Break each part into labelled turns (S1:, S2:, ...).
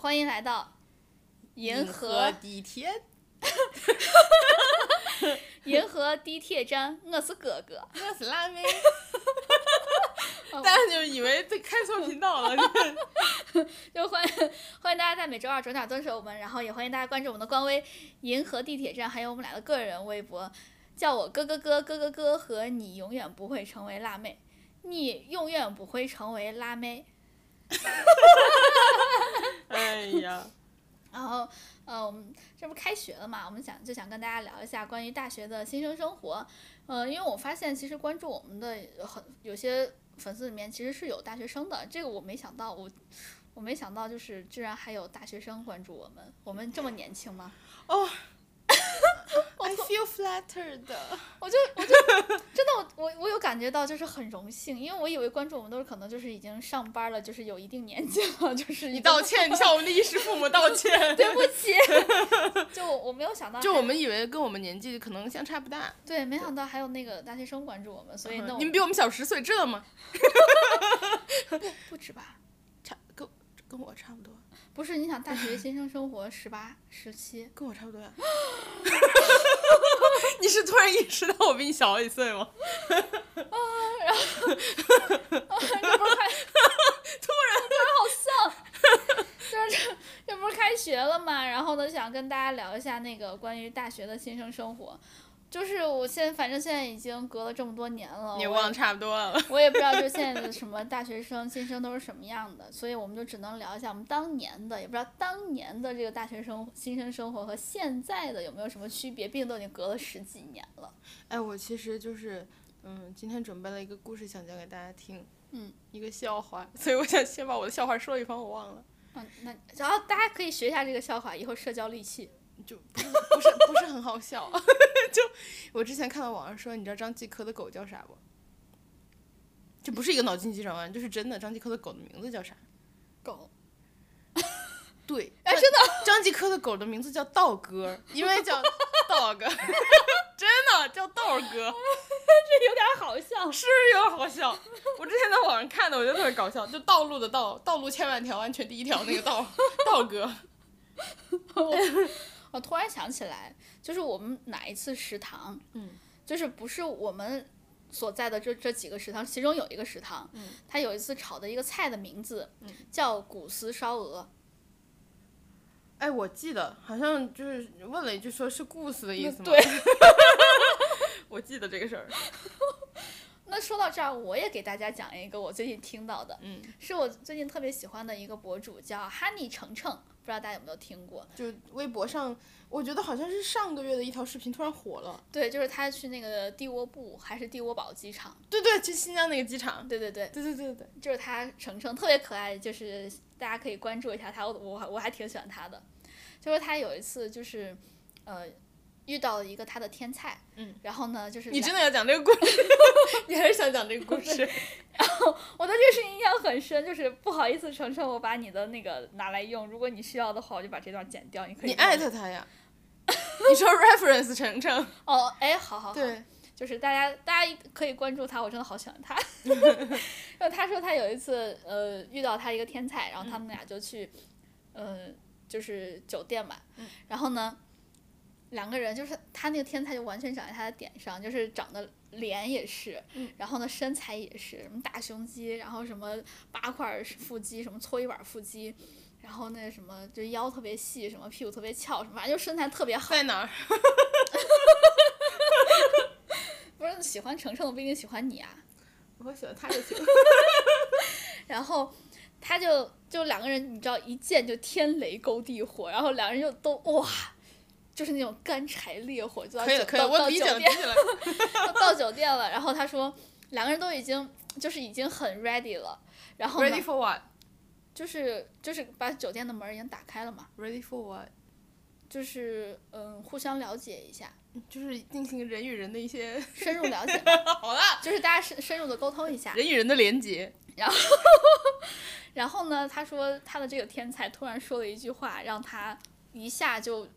S1: 欢迎来到银河
S2: 地铁，
S1: 银河地铁站，我是哥哥。
S2: 我是辣妹
S1: 哦。
S2: 大家就以为这开错频道 了，
S1: 就欢迎欢迎大家在每周二准点蹲守我们，然后也欢迎大家关注我们的官微“银河地铁站”，还有我们俩的个人微博，叫我哥哥哥哥哥哥和你永远不会成为辣妹，你永远不会成为辣妹。
S2: 哎呀，
S1: 然后，呃，我们这不开学了嘛，我们想就想跟大家聊一下关于大学的新生生活。呃，因为我发现其实关注我们的有很有些粉丝里面其实是有大学生的，这个我没想到，我我没想到就是居然还有大学生关注我们，我们这么年轻吗？
S2: I feel flattered。
S1: 我就我就真的我我我有感觉到就是很荣幸，因为我以为关注我们都是可能就是已经上班了，就是有一定年纪了， 就是
S2: 你
S1: 你
S2: 道歉，你向我们的衣食父母道 歉。
S1: 对不起， 就我我没有想到还，
S2: 就我们以为跟我们年纪可能相差不大，
S1: 对没想到还有那个大学生关注我们，所以那我
S2: 嗯你们比我们小十岁，知道吗？
S1: 不止吧？
S2: 差跟跟我差不多，
S1: 不是，你想大学新生生活十八、十 七，
S2: 跟我差不多呀。你是突然意识到我比你小一岁吗？
S1: 这 不是开突然突然好笑，就是这这不是开学了嘛？然后呢，想跟大家聊一下那个关于大学的新生生活。就是我现在，反正现在已经隔了这么多年了，
S2: 你
S1: 我
S2: 忘得差不多了。
S1: 我也不知道，就现在的什么大学生、新生都是什么样的，所以我们就只能聊一下我们当年的，也不知道当年的这个大学生、新生生活和现在的有没有什么区别，毕竟都已经隔了十几年了。
S2: 哎，我其实就是，嗯，今天准备了一个故事想讲给大家听，
S1: 嗯，
S2: 一个笑话， 所以我想先把我的笑话说一番，我忘了，
S1: 嗯，那然后大家可以学一下这个笑话，以后社交利器。
S2: 就不是不是不是很好笑， 就我之前看到网上说，你知道张继科的狗叫啥不？这不是一个脑筋急转弯，就是真的，张继科的狗的名字叫啥？
S1: 狗，
S2: 对，哎，真的，张继科的狗的名字叫道哥，因为叫道哥， 真的叫道哥。
S1: 这有点好笑。
S2: 是不是有点好笑？我之前在网上看的，我觉得特别搞笑，就道路的道，道路千万条，安全第一条那个道， 道哥。
S1: 我突然想起来，就是我们哪一次食堂，
S2: 嗯，
S1: 就是不是我们所在的这这几个食堂，其中有一个食堂，
S2: 嗯，
S1: 它有一次炒的一个菜的名字，
S2: 嗯
S1: 叫古丝烧鹅，
S2: 哎，我记得好像就是问了一句，说是故事的意思吗？
S1: 对，
S2: 我记得这个事儿。
S1: 那说到这儿，我也给大家讲一个我最近听到的，
S2: 嗯，
S1: 是我最近特别喜欢的一个博主，叫哈尼程程，不知道大家有没有听过？
S2: 就微博上，我觉得好像是上个月的一条视频突然火了。
S1: 对，就是他去那个帝窝布还是帝窝堡机场，
S2: 对对，去新疆那个机场。
S1: 对对对，
S2: 对对对对对，
S1: 就是他程程特别可爱，就是大家可以关注一下他，我我还我还挺喜欢他的。就是他有一次就是，呃，遇到了一个他的天菜，
S2: 嗯，
S1: 然后呢就是
S2: 你
S1: 两
S2: 真的要讲这个故事？ 你还是想讲这个故事？
S1: 我对这个事情印象很深，就是不好意思，程程，我把你的那个拿来用，如果你需要的话，我就把这段剪掉，你可以
S2: 你
S1: 用
S2: 艾特他呀。 你说 reference 程程，
S1: 哦，哎，好好好，
S2: 对，
S1: 就是大家大家可以关注他，我真的好喜欢 他。 然后他说他有一次呃遇到他一个天才，然后他
S2: 嗯
S1: 们俩就去，呃就是酒店嘛，
S2: 嗯
S1: 然后呢两个人就是他那个天才就完全长在他的点上，就是长得脸也是，
S2: 嗯
S1: 然后呢身材也是，什么大胸肌，然后什么八块腹肌，什么搓衣板腹肌。然后那什么，就腰特别细，什么屁股特别翘，什么反正就身材特别好。
S2: 在哪儿？
S1: 不是喜欢程程的不一定喜欢你啊。
S2: 我喜欢他就行。
S1: 然后他就就两个人，你知道一见就天雷勾地火，然后两人就都哇，就是那种干柴烈火，就到
S2: 可以了，
S1: 酒
S2: 可以了，
S1: 到
S2: 我
S1: 到
S2: 理
S1: 酒
S2: 解了，理
S1: 店
S2: 解了。
S1: 到到酒店了。然后他说两个人都已经就是已经很 ready 了，然后呢
S2: Ready for what?
S1: 就是就是把酒店的门已经打开了嘛，
S2: Ready for what?
S1: 就是嗯互相了解一下，
S2: 就是进行人与人的一些
S1: 深入了解嘛，
S2: 好了，
S1: 就是大家深深入的沟通一下。
S2: 人与人的连接。
S1: 然后呢，他说他的这个天才突然说了一句话，让他一下就。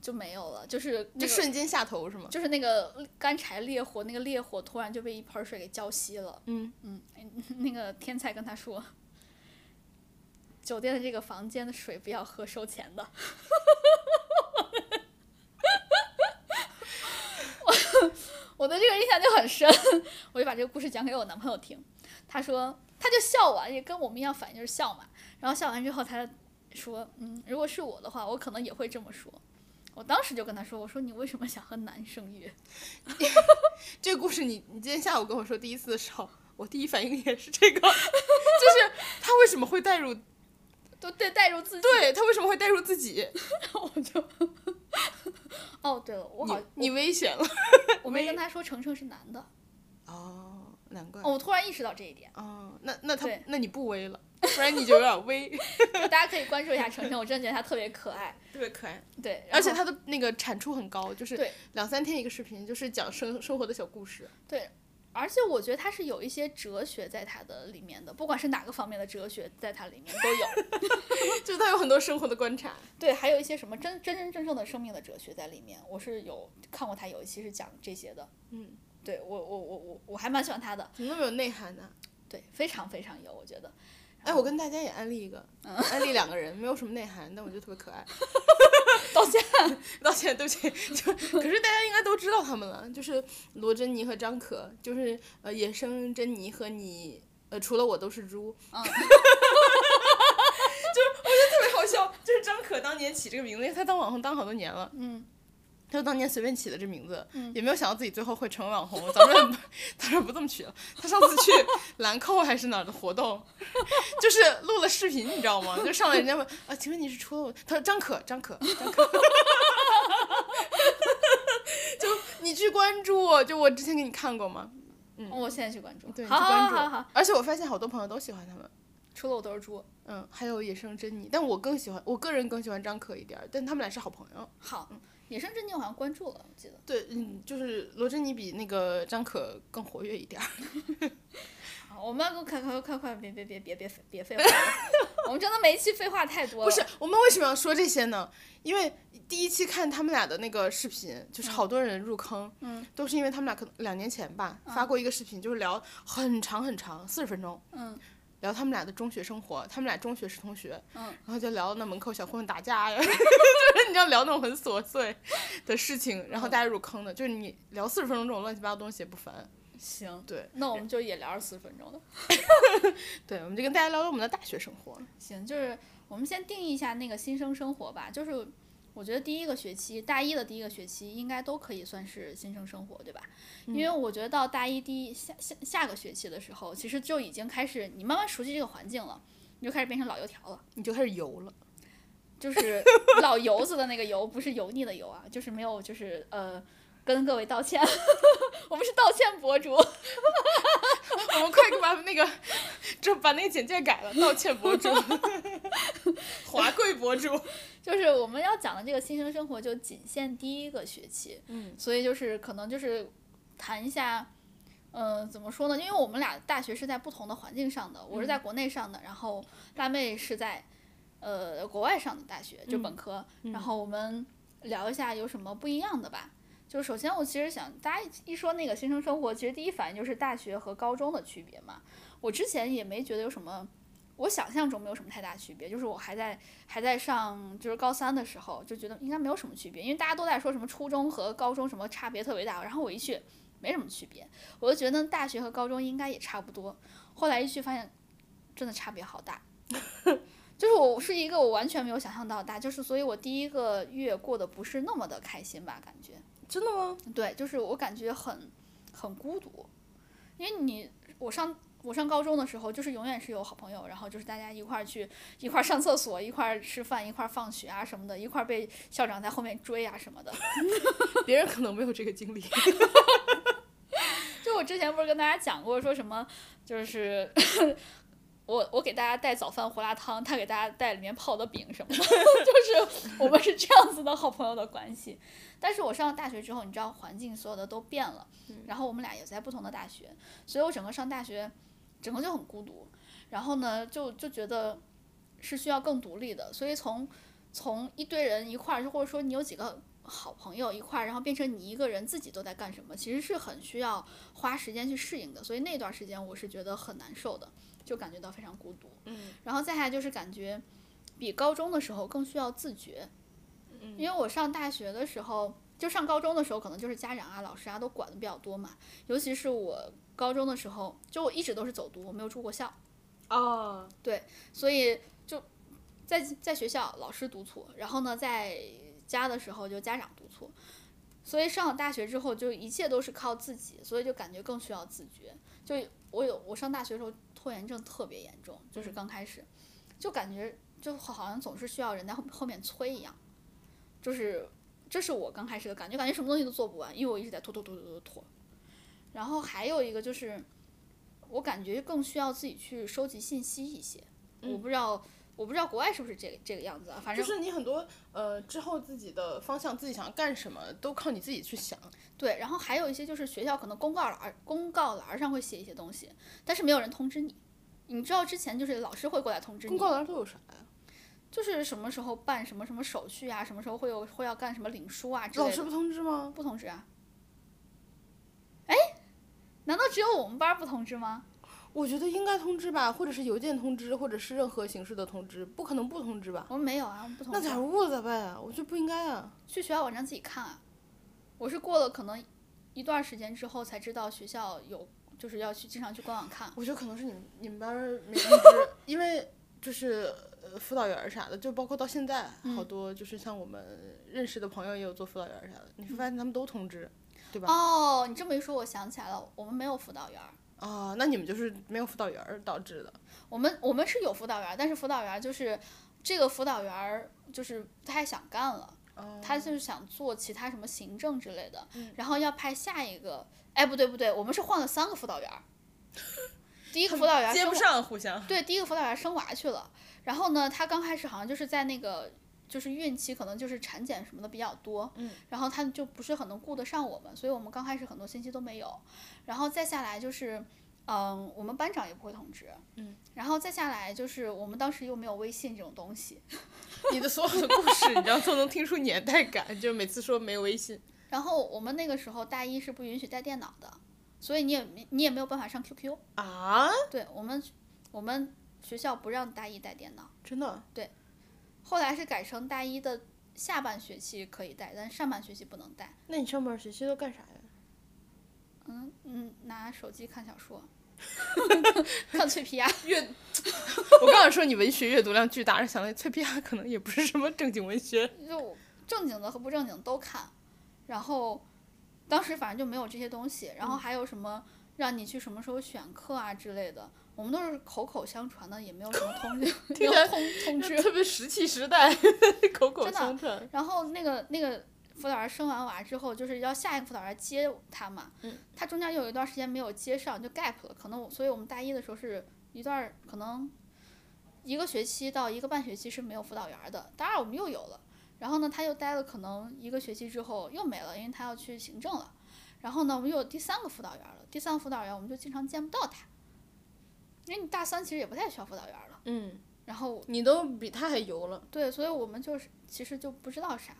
S1: 就没有了，就是那
S2: 就
S1: 个
S2: 瞬间下头是吗？
S1: 就是那个干柴烈火，那个烈火突然就被一盆 水给浇熄了。
S2: 嗯
S1: 那个天才跟他说：“酒店的这个房间的水不要喝，收钱的。 我我对这个印象就很深，我就把这个故事讲给我男朋友听，他说他就笑我，也跟我们一样反应就是笑嘛。然后笑完之后，他说：“嗯，如果是我的话，我可能也会这么说。”我当时就跟他说：“我说你为什么想和男生约？
S2: 这个故事你你今天下午跟我说第一次的时候，我第一反应也是这个， 就是他为什么会带入？
S1: 都对带入自己。”
S2: 对他为什么会带入自己？
S1: 我就，哦，对了，我好
S2: 你，你危险了。
S1: 我没跟他说程程是男的，
S2: 哦，难怪。
S1: 哦，我突然意识到这一点，
S2: 哦，那那他
S1: 对
S2: 那你不 危了，不然你就有点危，
S1: 就大家可以关注一下程程，我真的觉得她特别可爱，
S2: 特别可爱。
S1: 对，然
S2: 而且
S1: 后
S2: 它的那个产出很高，就是
S1: 对
S2: 两三天一个视频，就是讲生生活的小故事。
S1: 对，而且我觉得她是有一些哲学在她的里面的，不管是哪个方面的哲学，在她里面都有，
S2: 就是他有很多生活的观察。
S1: 对，还有一些什么真真真正正的生命的哲学在里面，我是有看过她有一期是讲这些的，
S2: 嗯，
S1: 对我我我我我还蛮喜欢她的，
S2: 怎么那么有内涵呢、
S1: 对，非常非常有，我觉得，
S2: 哎，我跟大家也安利一个，安利两个人，没有什么内涵，但我觉得特别可爱。
S1: 道歉，
S2: 道歉，对不起，就可是大家应该都知道他们了，就是罗珍妮和张可，就是呃野生珍妮和你，呃除了我都是猪，
S1: 嗯
S2: 特别好笑。就是张可当年起这个名字，因为她当网红当好多年了，
S1: 嗯，
S2: 他就当年随便起的这名字，
S1: 嗯
S2: 也没有想到自己最后会成为网红。咱们当然不这么 取了。他 上次去兰蔻还是哪儿的活动，就是录了视频，你知道吗？就上来人家问啊，请问你是除了我？他说张可，张可，张可。就你去关注我，就我之前给你看过吗？
S1: 哦我现在去关注，
S2: 嗯对，你去
S1: 好好
S2: 关注。
S1: 好好，
S2: 而且我发现好多朋友都喜欢他们。
S1: 除了我都是猪。
S2: 嗯，还有野生珍妮，但我更喜欢，我个人更喜欢张可一点儿，但他们俩是好朋友。
S1: 好，野生珍妮我好像关注了，我记得。
S2: 对，嗯，就是罗珍妮比那个张可更活跃一点儿。
S1: 好，我们要快快快快，别别别别别别废话 了，我们真的每一期废话太多了。
S2: 不是，我们为什么要说这些呢？因为第一期看他们俩的那个视频，就是好多人入坑，
S1: 嗯，
S2: 都是因为他们俩可能两年前吧、发过一个视频，就是聊很长很长，四十分钟，
S1: 嗯，
S2: 聊他们俩的中学生活，他们俩中学是同学，
S1: 嗯
S2: 然后就聊那门口小混混打架呀， 就是你知道聊那种很琐碎的事情，
S1: 嗯
S2: 然后大家入坑的，就是你聊四十分钟这种乱七八糟东西也不烦，
S1: 行，
S2: 对
S1: 那我们就也聊二十四分钟的。
S2: 对，我们就跟大家聊聊我们的大学生活，
S1: 行，就是我们先定义一下那个新生生活吧，就是。我觉得第一个学期，大一的第一个学期应该都可以算是新生生活，对吧？因为我觉得到大一第一下下下个学期的时候，其实就已经开始你慢慢熟悉这个环境了，你就开始变成老油条了。
S2: 你就开始游了。
S1: 就是老油子的那个油，不是油腻的油啊，就是没有，就是呃，跟各位道歉， 我们是道歉博主，
S2: 我们快把那个，就把那个简介改了，道歉博 主，华贵博主。
S1: 就是我们要讲的这个新生生活就仅限第一个学期，
S2: 嗯，
S1: 所以就是可能就是谈一下，呃，怎么说呢？因为我们俩大学是在不同的环境上的，我是在国内上的，然后辣妹是在呃国外上的大学，就本科。然后我们聊一下有什么不一样的吧。就是首先，我其实想大家一说那个新生生活，其实第一反应就是大学和高中的区别嘛。我之前也没觉得有什么，我想象中没有什么太大区别。就是我还在还在上就是高三的时候，就觉得应该没有什么区别，因为大家都在说什么初中和高中什么差别特别大，然后我一去没什么区别，我就觉得大学和高中应该也差不多。后来一去发现，真的差别好大。就是我是一个我完全没有想象到的大，就是所以我第一个月过得不是那么的开心吧，感觉。
S2: 真的吗？
S1: 对，就是我感觉很很孤独，因为你我上我上高中的时候，就是永远是有好朋友，然后就是大家一块儿去一块儿上厕所，一块儿吃饭，一块儿放学啊什么的，一块儿被校长在后面追啊什么的。
S2: 别人可能没有这个经历。
S1: 就我之前不是跟大家讲过，说什么就是 我我给大家带早饭胡辣汤，他给大家带里面泡的饼什么的， 就是我们是这样子的好朋友的关系。但是我上了大学之后，你知道环境所有的都变了，然后我们俩也在不同的大学，所以我整个上大学，整个就很孤独。然后呢，就就觉得是需要更独立的，所以从从一堆人一块儿，或者说你有几个好朋友一块儿，然后变成你一个人自己都在干什么，其实是很需要花时间去适应的。所以那段时间我是觉得很难受的，就感觉到非常孤独。
S2: 嗯
S1: 然后再下来就是感觉比高中的时候更需要自觉，因为我上大学的时候，就上高中的时候，可能就是家长啊、老师啊都管的比较多嘛。尤其是我高中的时候，就我一直都是走读，我没有住过校，
S2: 哦，
S1: 所以就在在学校老师督促，然后呢在家的时候就家长督促。所以上了大学之后，就一切都是靠自己，所以就感觉更需要自觉。就我有我上大学的时候拖延症特别严重，就是刚开始，就感觉就好像总是需要人在后后面催一样，就是这是我刚开始的感觉，感觉什么东西都做不完，因为我一直在拖拖拖拖拖拖。然后还有一个就是，我感觉更需要自己去收集信息一些。我
S2: 嗯
S1: 不知道我不知道国外是不是这个这个样子啊，反
S2: 就
S1: 正
S2: 是你很多呃之后自己的方向，自己想干什么都靠你自己去想。
S1: 对，然后还有一些就是学校可能公告栏儿公告栏儿上会写一些东西，但是没有人通知你。你知道之前就是老师会过来通知
S2: 公
S1: 你，
S2: 告栏都有啥呀？
S1: 就是什么时候办什么什么手续啊，什么时候会有会要干什么领书啊之类
S2: 老
S1: 的。
S2: 师不通知吗？
S1: 不通知啊？哎，难道只有我们班儿不通知吗？
S2: 我觉得应该通知吧，或者是邮件通知，或者是任何形式的通知，不可能不通知吧？
S1: 我们没有啊，我们不通
S2: 那
S1: 知
S2: 假
S1: 啊。
S2: 如误了咋办呀？我觉得不应该啊。
S1: 去学校网站自己看啊。我是过了可能一段时间之后才知道学校有，就是要去经常去官网看。
S2: 我觉得可能是你们你们班儿没通知，因为就是呃辅导员儿啥的，就包括到现在，好
S1: 嗯
S2: 多就是像我们认识的朋友也有做辅导员儿啥的，你
S1: 嗯
S2: 会发现他们都通知，对吧？
S1: 哦，你这么一说，我想起来了，我们没有辅导员儿。
S2: 啊，那你们就是没有辅导员儿导致的。
S1: 我们我们是有辅导员儿，但是辅导员儿就是这个辅导员儿就是不太想干了，
S2: 哦
S1: 他就是想做其他什么行政之类的，
S2: 嗯
S1: 然后要派下一个。哎，不对不对，我们是换了三个辅导员 儿，第一个辅导员儿
S2: 接
S1: 生
S2: 不
S1: 活
S2: 上，互相。
S1: 对，第一个辅导员生娃去了，然后呢，他刚开始好像就是在那个就是孕期，可能就是产检什么的比较多，
S2: 嗯，
S1: 然后他就不是很能顾得上我们，所以我们刚开始很多信息都没有，然后再下来就是。嗯，我们班长也不会通知，
S2: 嗯，
S1: 然后再下来就是我们当时又没有微信这种东西，
S2: 你的所有的故事，你知道都能听出年代感，就每次说没微信。
S1: 然后我们那个时候大一是不允许带电脑的，所以你也没你也没有办法上 QQ，
S2: 啊，
S1: 对我们我们学校不让大一带电脑，
S2: 真的？
S1: 后来是改成大一的下半学期可以带，但上半学期不能带。
S2: 那你上半学期都干啥呀？
S1: 嗯嗯，拿手机看小说， 看脆皮鸭。啊
S2: 我刚想说你文学阅读量巨大，想了翠皮亚可能也不是什么正经文 学。
S1: 就正经的和不正经都看，然后当时反正就没有这些东西，然后还有什么让你去什么时候选课啊之类的，我们都是口口相传的，也没有什么通 知，没
S2: 听
S1: 有
S2: 起来
S1: 通通知。
S2: 特别石器时代， 口口
S1: 真的
S2: 相传。
S1: 然后那个那个辅导员生完娃之后，就是要下一个辅导员接他嘛。
S2: 嗯
S1: 他中间有一段时间没有接上，就 gap 了。可能我，所以我们大一的时候是一段儿可能一个学期到一个半学期是没有辅导员儿的。当然我们又有了。然后呢，他又待了可能一个学期之后又没了，因为他要去行政了。然后呢，我们又有第三个辅导员儿了。第三个辅导员儿我们就经常见不到他，因为你大三其实也不太需要辅导员儿了。
S2: 嗯，
S1: 然后
S2: 你都比他还油了。
S1: 对，所以我们就是其实就不知道啥。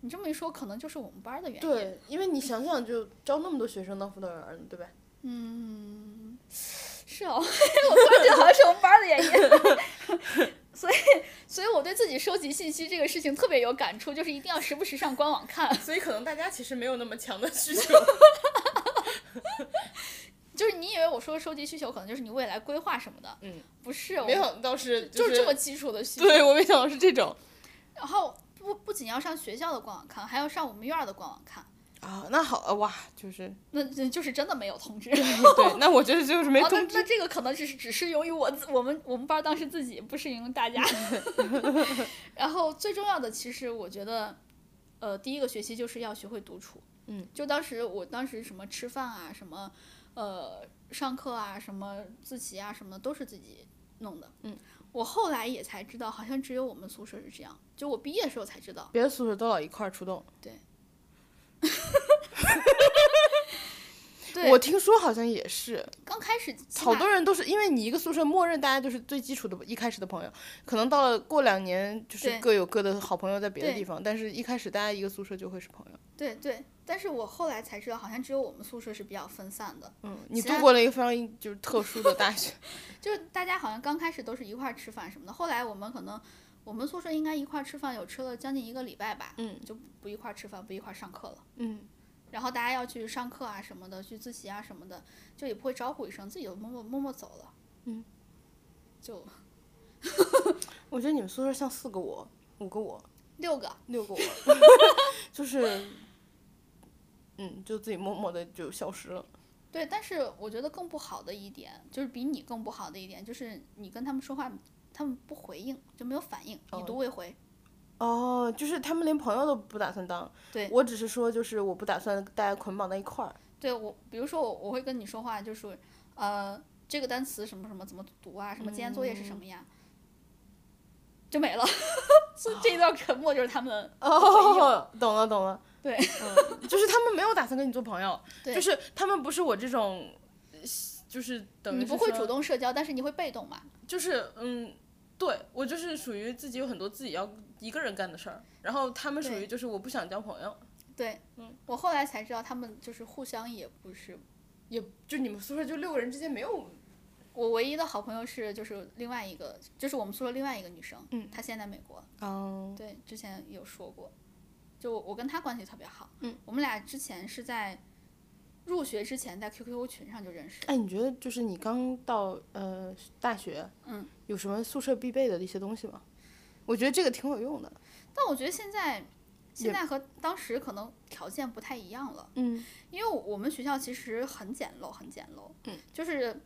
S1: 你这么一说，可能就是我们班儿的原因。，
S2: 对，因为你想想，就招那么多学生当辅导员儿呢，对吧？
S1: 嗯，是哦，我 突然觉得好像是我们班儿的原因。 所以，所以我对自己收集信息这个事情特别有感触，就是一定要时不时上官网看。
S2: 所以可能大家其实没有那么强的需求。
S1: 就是你以为我说收集需求，可能就是你未来规划什么的，
S2: 嗯，
S1: 不是，我
S2: 没想到是
S1: 就是是这么基础的需求。
S2: 对我没想到是这种
S1: 然后不不仅要上学校的官网看，还要上我们院儿的官网看，
S2: 啊。那好啊，哇，就是
S1: 那那就是真的没有通知。
S2: 嗯对，那我觉得就是没
S1: 哦，那
S2: 通知。
S1: 那这个可能只是只适用于我自我们我们班儿当时自己，不适用于大 家。然后最重要的，其实我觉得，呃，第一个学期就是要学会独处。
S2: 嗯，
S1: 就当时我当时什么吃饭啊，什么呃上课啊，什么自习啊，什么的都是自己弄的。
S2: 嗯，
S1: 我后来也才知道，好像只有我们宿舍是这样。就我毕业的时候才知道，
S2: 别的宿舍都老一块儿出动。
S1: 对。对
S2: 我听说好像也是，
S1: 刚开始起
S2: 好
S1: 码
S2: 多人都是因为你一个宿舍，默认大家就是最基础的一开始的朋友，可能到了过两年就是
S1: 对
S2: 各有各的好朋友在别的
S1: 对
S2: 地方，但是一开始大家一个宿舍就会是朋友。
S1: 对对，但是我后来才知道，好像只有我们宿舍是比较分散的，
S2: 嗯，你
S1: 其
S2: 度
S1: 他
S2: 过了一个非常就是特殊的大学，
S1: 就是大家好像刚开始都是一块儿吃饭什么的，后来我们可能我们宿舍应该一块儿吃饭有吃了将近一个礼拜吧，
S2: 嗯
S1: 就不一块儿吃饭，不一块儿上课了。
S2: 嗯，
S1: 然后大家要去上课啊什么的，去自习啊什么的，就也不会招呼一声，自己就默默默默走了。
S2: 嗯，
S1: 就
S2: 我觉得你们宿舍像四个我，五个我，
S1: 六个，
S2: 六个我，就是，嗯，就自己默默的就消失了。
S1: 对，但是我觉得更不好的一点，就是比你更不好的一点，就是你跟他们说话，他们不回应，就没有反应，
S2: 哦
S1: 已读未回。
S2: 哦，就是他们连朋友都不打算当，
S1: 对
S2: 我只是说，就是我不打算大家捆绑在一块儿。
S1: 对我，比如说我我会跟你说话，就是呃，这个单词什么什么怎么读啊，什么今天作业是什
S2: 嗯
S1: 么呀，就没了。 这这一段沉默就是他们
S2: 哦，懂了懂了。
S1: 对
S2: 嗯，就是他们没有打算跟你做朋友，
S1: 对
S2: 就是他们不是我这种，就是等于
S1: 你不
S2: 是
S1: 会
S2: 说
S1: 主，动社交，但是你会被动嘛？
S2: 就是嗯，对我就是属于自己有很多自己要一个人干的事儿，然后他们属
S1: 对
S2: 于就是我不想交朋友，
S1: 对，
S2: 嗯
S1: 我后来才知道他们就是互相也不是，
S2: 也就你们宿舍就六个人之间没有，
S1: 我唯一的好朋友是就是另外一个，就是我们宿舍另外一个女生，
S2: 嗯
S1: 她现在在美国，
S2: 嗯
S1: 对，之前有说过，就我跟她关系特别好，
S2: 嗯，
S1: 我们俩之前是在入学之前在 QQ 群上就认识，
S2: 哎，你觉得就是你刚到呃大学，
S1: 嗯，
S2: 有什么宿舍必备的一些东西吗？我觉得这个挺有用的。
S1: 但我觉得现在
S2: 也
S1: 现在和当时可能条件不太一样了，
S2: 嗯
S1: 因为我们学校其实很简陋，很简陋，
S2: 嗯，
S1: 就是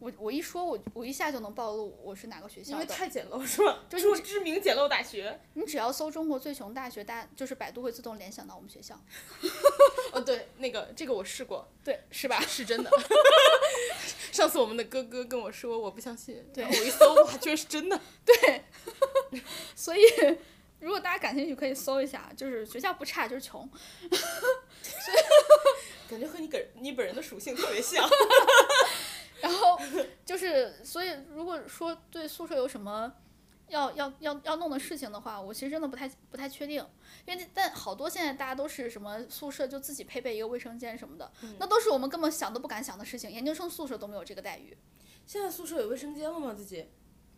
S1: 我我一说我我一下就能暴露我是哪个学校
S2: 因为
S1: 的，
S2: 太简陋是吧？
S1: 就是
S2: 住知名简陋大学。
S1: 你只要搜中国最穷大学，大就是百度会自动联想到我们学校，
S2: 哦，对，那个这个我试过，
S1: 对，是吧？
S2: 是真的。上次我们的哥哥跟我说，我不相信，
S1: 对
S2: 然后我一搜，哇，居然是真的。
S1: 所以如果大家感兴趣，可以搜一下，就是学校不差，就是穷。
S2: 感觉和你本你本人的属性特别 像。
S1: 然后就是，所以如果说对宿舍有什么要要要要弄的事情的话，我其实真的不太不太确定，因为但好多现在大家都是什么宿舍就自己配备一个卫生间什么的，那都是我们根本想都不敢想的事情，研究生宿舍都没有这个待遇
S2: 现在宿舍有卫生间了吗？自己？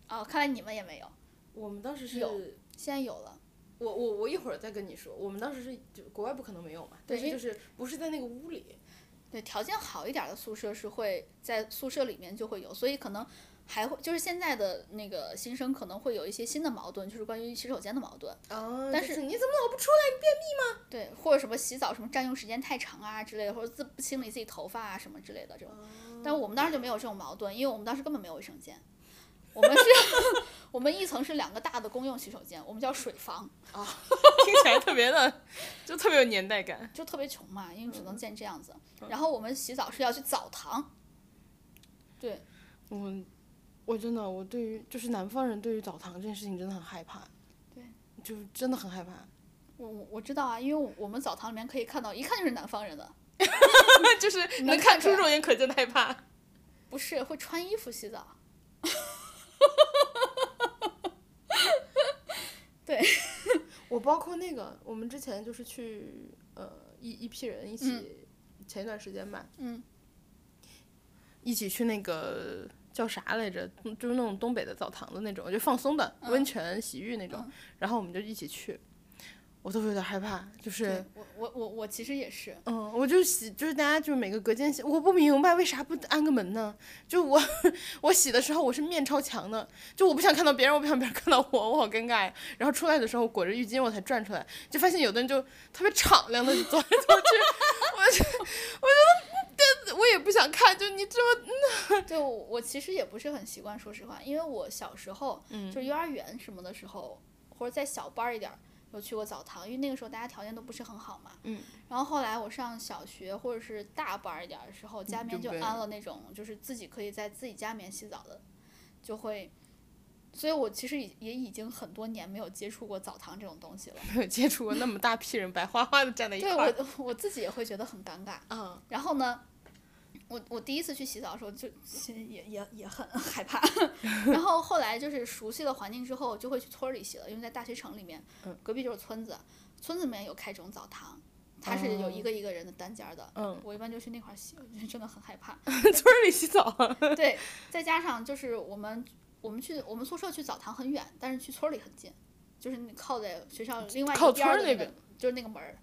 S1: 啊、看来你们也没有，
S2: 我们当时是
S1: 有现在有了，
S2: 我我我一会儿再跟你说，我们当时是就国外不可能没有嘛，
S1: 对
S2: 但是就是不是在那个屋里，
S1: 对，条件好一点儿的宿舍是会在宿舍里面就会有，所以可能还会就是现在的那个新生可能会有一些新的矛盾，就是关于洗手间的矛盾，
S2: 啊
S1: 但
S2: 就是你怎么老不出来？
S1: 对，或者什么洗澡什么占用时间太长啊之类的，或者自不清理自己头发啊什么之类的这种。但我们当时就没有这种矛盾，因为我们当时根本没有卫生间，我们是， 我们一层是两个大的公用洗手间，我们叫水房，
S2: 听起来特别的，就特别有年代感。
S1: 就特别穷嘛，因为只能建这样子。然后我们洗澡是要去澡堂，对，
S2: 我我真的我对于就是南方人对于澡堂这件事情真的很害怕，
S1: 对，
S2: 就是真的很害怕。
S1: 我我我知道啊，因为我我们澡堂里面可以看到，一看就是南方人的，
S2: 就是
S1: 能看出
S2: 肉眼可见的害怕。
S1: 不是会穿衣服洗澡。
S2: 我包括那个，我们之前就是去呃一一批人一起，前一段时间吧，
S1: 嗯，
S2: 一起去那个叫啥来着，嗯就是那种东北的澡堂子那种，就放松的
S1: 嗯
S2: 温泉洗浴那种，然后我们就一起去，我都有点害怕，就是
S1: 对。我我我我其实也是，
S2: 嗯，我就洗，就是大家就是每个隔间洗，我不明白为啥不安个门呢？就我我洗的时候我是面朝墙的，就我不想看到别人，我不想别人看到我，我好尴尬呀。然后出来的时候我裹着浴巾我才转出来，就发现有的人就特别敞亮的走来走去，我就我觉得这我也不想看，就你这么
S1: 对我我其实也不是很习惯，说实话，因为我小时候，就幼儿园什么的时候，或者再小班儿一点儿，有去过澡堂，因为那个时候大家条件都不是很好嘛。
S2: 嗯。
S1: 然后后来我上小学或者是大班儿一点儿的时候，家里面
S2: 就
S1: 就
S2: 被
S1: 安了那种就是自己可以在自己家里面洗澡的，就会。所以，我其实也也已经很多年没有接触过澡堂这种东西了。
S2: 没有 接触过那么大批人白花花的站在一块
S1: 对
S2: 儿，
S1: 我，我自己也会觉得很尴尬。
S2: 嗯，
S1: 然后呢，我我第一次去洗澡的时候就 其实也也也很害怕， 然后后来就是熟悉了环境之后，就会去村儿里洗了，因为在大学城里面，隔壁就是村子，村子里面有开这种澡堂。它是有一个一个人的单间儿的，
S2: 嗯
S1: 我一般就去那块儿洗，我觉得真的很害怕。
S2: 村儿里洗澡，
S1: 对，再加上就是我们我们去我们宿舍去澡堂很远，但是去村儿里很近，就是你靠在学校另外一
S2: 靠
S1: 个边儿
S2: 村儿
S1: 的
S2: 那
S1: 个就是那个门儿，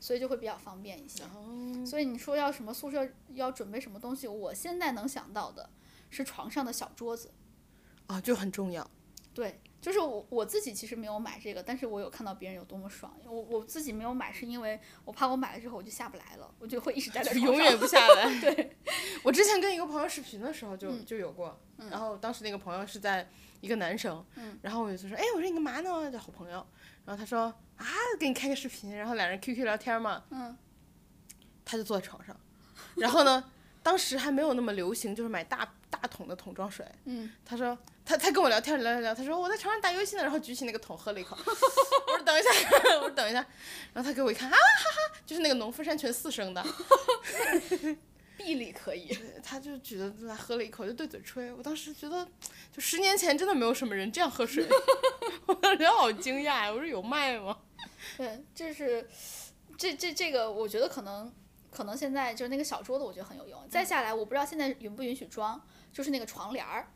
S1: 所以就会比较方便一些。
S2: 哦
S1: 所以你说要什么宿舍要准备什么东西，我现在能想到的是床上的小桌子。
S2: 啊，就很重要。
S1: 对，就是我我自己其实没有买这个，但是我有看到别人有多么爽。我我自己没有买，是因为我怕我买了之后我就下不来了，我就会一直待在
S2: 就是
S1: 床上。
S2: 永远不下来。 嗯对，我之前跟一个朋友视频的时候就、就有过，然后当时那个朋友是在一个男生，然后我就说，哎，我说你干嘛呢？就好朋友，然后他说啊，给你开个视频，然后俩人 QQ 聊天嘛，
S1: 嗯，
S2: 他就坐在床上，然后呢，当时还没有那么流行，就是买大大桶的桶装水，
S1: 嗯，
S2: 他说。他他跟我聊天聊聊聊，他说我在床上打游戏呢，然后举起那个桶喝了一口， 我说等一下， 我说等一下，然后他给我一看啊哈哈，就是那个农夫山泉四升的，
S1: 臂力可以。
S2: 他就举着来喝了一口，就对嘴吹。我当时觉得，就十年前真的没有什么人这样喝水， 我当时好惊讶呀！我说有卖吗？
S1: 对，这是这这这个，我觉得可能可能现在就是那个小桌子，我觉得很有用。
S2: 嗯
S1: 再下来，我不知道现在允不允许装，就是那个床帘儿。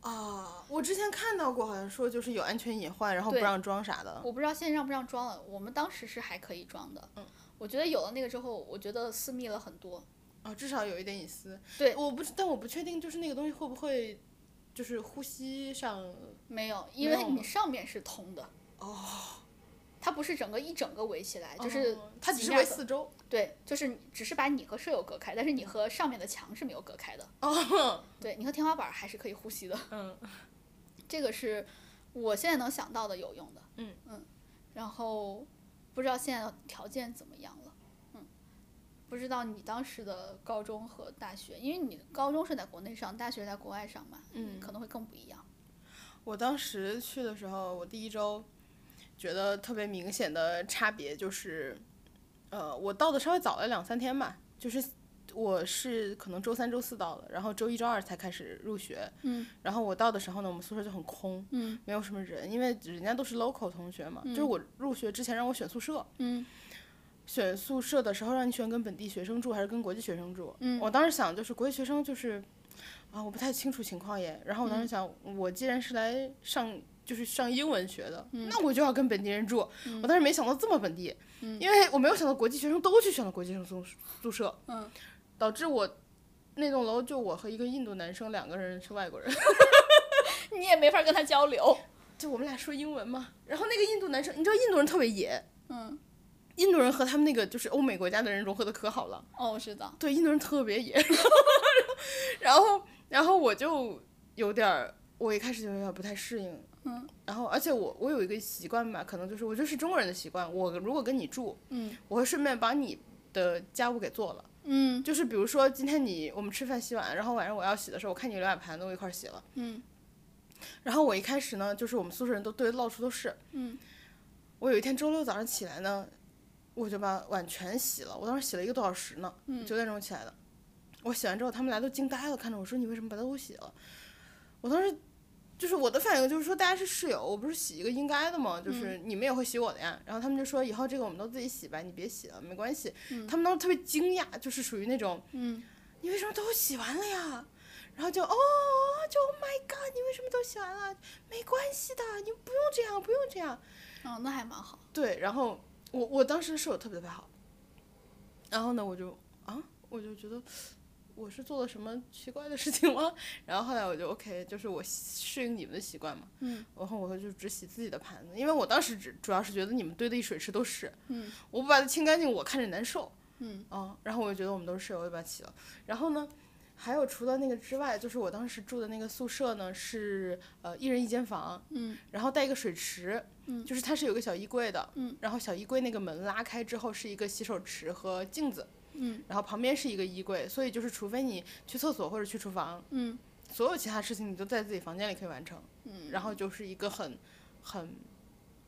S2: 啊，我之前看到过，好像说就是有安全隐患，然后不
S1: 对
S2: 让装啥的。
S1: 我不知道现在让不让装了，我们当时是还可以装的。嗯，我觉得有了那个之后，我觉得私密了很多。
S2: 啊，至少有一点隐私。
S1: 对
S2: 我不知，但我不确定，就是那个东西会不会，就是呼吸上
S1: 没有，因
S2: 没
S1: 为
S2: 有
S1: 你
S2: 吗
S1: 上面是通的。哦。它不是整个一整个围起来，就是、
S2: 哦它只是
S1: 面
S2: 为
S1: 的
S2: 四 周。
S1: 对，就是你只是把你和舍友隔开，但是
S2: 嗯
S1: 你和上面的墙是没有隔开的。
S2: 哦，
S1: 对，你和天花板还是可以呼吸的。
S2: 嗯，
S1: 这个是我现在能想到的有用的。
S2: 嗯
S1: 然后不知道现在的条件怎么样了。嗯，不知道你当时的高中和大学，因为你高中是在国内上，大学在国外上嘛，
S2: 嗯
S1: 可能会更不一样。
S2: 我当时去的时候，我第一周觉得特别明显的差别就是，呃，我到的稍微早了两三天吧，就是我是可能周三、周四到的，然后周一周二才开始入学。
S1: 嗯。
S2: 然后我到的时候呢，我们宿舍就很空，
S1: 嗯
S2: 没有什么人，因为人家都是 local 同学嘛。就是我入学之前让我选宿舍，
S1: 嗯
S2: 选宿舍的时候让你选跟本地学生住还是跟国际学生住。
S1: 嗯
S2: 我当时想就是国际学生就是，啊，我不太清楚情况也。然后我当时
S1: 嗯
S2: 想，我既然是来上就是上英文学的，
S1: 嗯
S2: 那我就要跟本地人住。我当时没想到这么本地，因为我没有想到国际学生都去选了国际学生宿宿舍，
S1: 嗯
S2: 导致我那栋楼就我和一个印度男生两个人是外国人，
S1: 你也没法跟他交流。
S2: 就我们俩说英文嘛。然后那个印度男生，你知道印度人特别野。
S1: 嗯，
S2: 印度人和他们那个就是欧美国家的人融合的可好了，
S1: 哦，我知道。
S2: 对，印度人特别野。 然后，然后我就有点儿，我一开始就有点儿不太适应。
S1: 嗯。
S2: 然后，而且我我有一个习惯吧，可能就是我就是中国人的习惯。我如果跟你住，
S1: 嗯
S2: 我会顺便把你的家务给做了。
S1: 嗯
S2: 就是比如说今天你我们吃饭洗碗，然后晚上我要洗的时候，我看你有两碗盘子，我一块儿洗了。
S1: 嗯
S2: 然后我一开始呢，就是我们宿舍人都堆得到处都是。
S1: 嗯
S2: 我有一天周六早上起来呢，我就把碗全洗了，我当时洗了一个多小时呢，
S1: 嗯
S2: 九点钟起来的。我洗完之后，他们俩都惊呆了，看着我说：“你为什么把它都洗了？”我当时就是我的反应就是说，大家是室友，我不是洗一个应该的吗？
S1: 嗯
S2: 就是你们也会洗我的呀。然后他们就说：“以后这个我们都自己洗吧，你别洗了，没关系。他们当时特别惊讶，就是属于那种
S1: 嗯
S2: 你为什么都洗完了呀？然后就哦，就 Oh my God，你为什么都洗完了？没关系的，你不用这样，不用这样。
S1: 哦，那还蛮好。
S2: 对，然后我我当时室友特别特别好，然后呢，我就啊，我就觉得我是做了什么奇怪的事情吗？ 然后后来我就 OK，就是我适应你们的习惯嘛，
S1: 嗯，
S2: 然后我就只洗自己的盘子，因为我当时只主要是觉得你们堆的一水池都是，
S1: 嗯，
S2: 我不把它清干净，我看着难受，
S1: 嗯，
S2: 啊，然后我就觉得我们都是室友，我就把它洗了，然后呢。还有除了那个之外，就是我当时住的那个宿舍呢，是呃一人一间房，
S1: 嗯，
S2: 然后带一个水池，
S1: 嗯
S2: 就是它是有个小衣柜的，
S1: 嗯，
S2: 然后小衣柜那个门拉开之后是一个洗手池和镜子，
S1: 嗯，
S2: 然后旁边是一个衣柜，所以就是除非你去厕所或者去厨房，
S1: 嗯
S2: 所有其他事情你都在自己房间里可以完成，
S1: 嗯
S2: 然后就是一个很很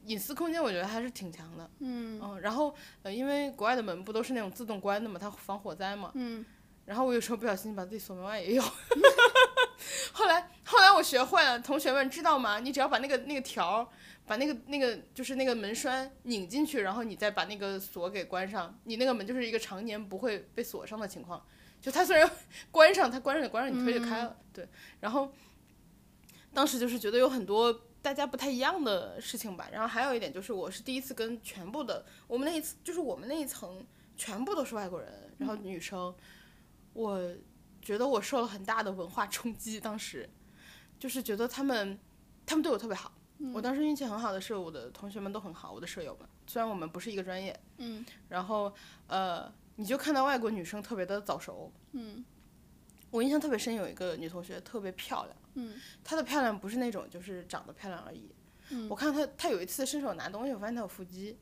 S2: 隐私空间，我觉得还是挺强的，
S1: 嗯
S2: 嗯，然后呃，因为国外的门不都是那种自动关的嘛，它防火灾嘛，
S1: 嗯
S2: 然后我有时候不小心把自己锁门外也有。 后来后来我学会了，同学们知道吗？你只要把那个那个条儿，把那个那个就是那个门栓拧进去，然后你再把那个锁给关上，你那个门就是一个常年不会被锁上的情况。就它虽然 关上，它关上就关上，你推就开了。对，然后当时就是觉得有很多。大家不太一样的事情吧，然后还有一点就是，我是第一次跟全部的我们那一次就是我们那一层全部都是外国人，然后女生，我觉得我受了很大的文化冲击。当时就是觉得他们，他们对我特别好。我当时运气很好的是，我的同学们都很好，我的舍友们，虽然我们不是一个专业，
S1: 嗯，
S2: 然后呃，你就看到外国女生特别的早熟，嗯，我印象特别深，有一个女同学特别漂亮，
S1: 嗯，
S2: 她的漂亮不是那种就是长得漂亮而已，嗯，我看她，她有一次伸手拿东西，我发现她有腹肌，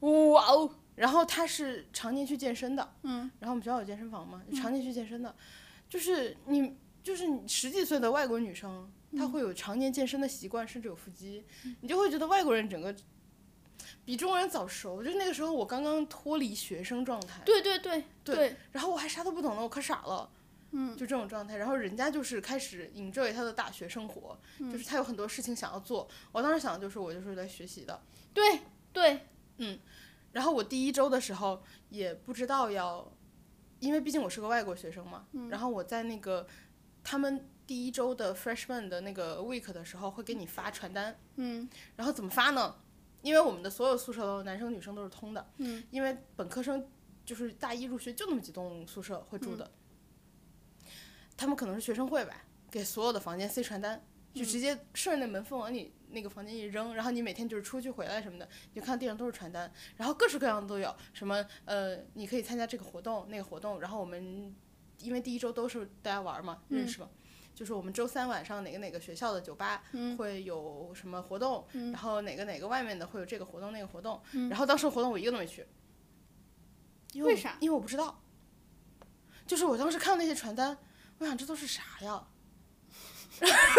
S1: 哇哦，
S2: 然后她是常年去健身的，
S1: 嗯，
S2: 然后我们学校有健身房嘛，常年去健身的，就是你就是你十几岁的外国女生，她
S1: 嗯
S2: 会有常年健身的习惯，甚至有腹肌，你就会觉得外国人整个比中国人早熟。就是那个时候我刚刚脱离学生状态，
S1: 对对对
S2: 对然后我还啥都不懂呢，我可傻了。嗯，就这种状态，然后人家就是开始 enjoy 他的大学生活，就是他有很多事情想要做。我当时想的就是我就是来学习的，
S1: 对对，
S2: 然后我第一周的时候也不知道要，因为毕竟我是个外国学生嘛，
S1: 嗯
S2: 然后我在那个他们第一周的 freshman 的那个 week 的时候会给你发传单，
S1: 嗯
S2: 然后怎么发呢？因为我们的所有宿舍楼男生女生都是通的，
S1: 嗯
S2: 因为本科生就是大一入学就那么几栋宿舍会住的，
S1: 嗯
S2: 他们可能是学生会吧，给所有的房间塞传单，
S1: 嗯
S2: 就直接顺着那门缝往你那个房间一扔，然后你每天就是出去回来什么的，你就看地上都是传单，然后各式各样的都有，什么呃，你可以参加这个活动那个活动，然后我们因为第一周都是大家玩儿
S1: 嗯
S2: 嘛，认识嘛。就是我们周三晚上哪个哪个学校的酒吧
S1: 嗯
S2: 会有什么活动，然后哪个哪个外面的会有这个活动那个活动，然后当时活动我一个都没去，因
S1: 嗯为
S2: 我
S1: 啥？
S2: 因为我不知道，就是我当时看到那些传单，我想这都是啥呀？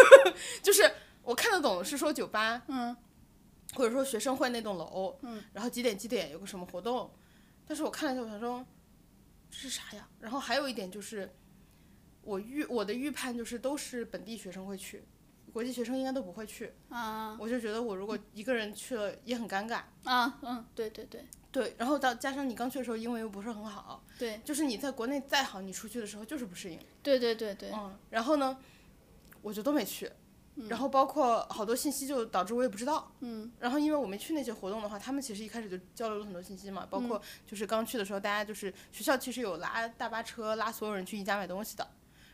S2: 就是我看得懂是说酒吧，
S1: 嗯，
S2: 或者说学生会那栋楼，嗯，然后几点几点有个什么活动，但是我看了一下，我想说这是啥呀？然后还有一点就是，我预我的预判就是都是本地学生会去，国际学生应该都不会去，
S1: 啊
S2: 我就觉得我如果一个人去了也很尴尬，
S1: 啊嗯，对对对
S2: 对，然后到加上你刚去的时候英文又不是很好，
S1: 对
S2: 就是你在国内再好，你出去的时候就是不适应。
S1: 对对对对，
S2: 嗯，然后呢，我就都没去，然后包括好多信息就导致我也不知道。
S1: 嗯，
S2: 然后因为我没去那些活动的话，他们其实一开始就交流了很多信息嘛，包括就是刚去的时候，大家就是学校其实有拉大巴车拉所有人去宜家买东西的。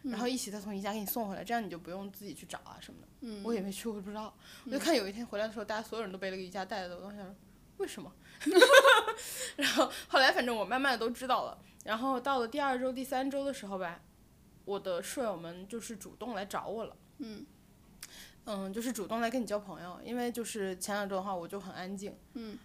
S2: 然后一起再从宜家给你送回来，这样你就不用自己去找啊什么的。嗯，我也没去，我也不知道。我就看有一天回来的时候，大家所有人都背了个宜家袋子，我当时想说为什 么？然后后来反正我慢慢的都知道了。然后到了第二周、第三周的时候吧，我的舍友们就是主动来找我了。
S1: 嗯。
S2: 嗯，就是主动来跟你交朋友，因为就是前两周的话，我就很安静，
S1: 嗯，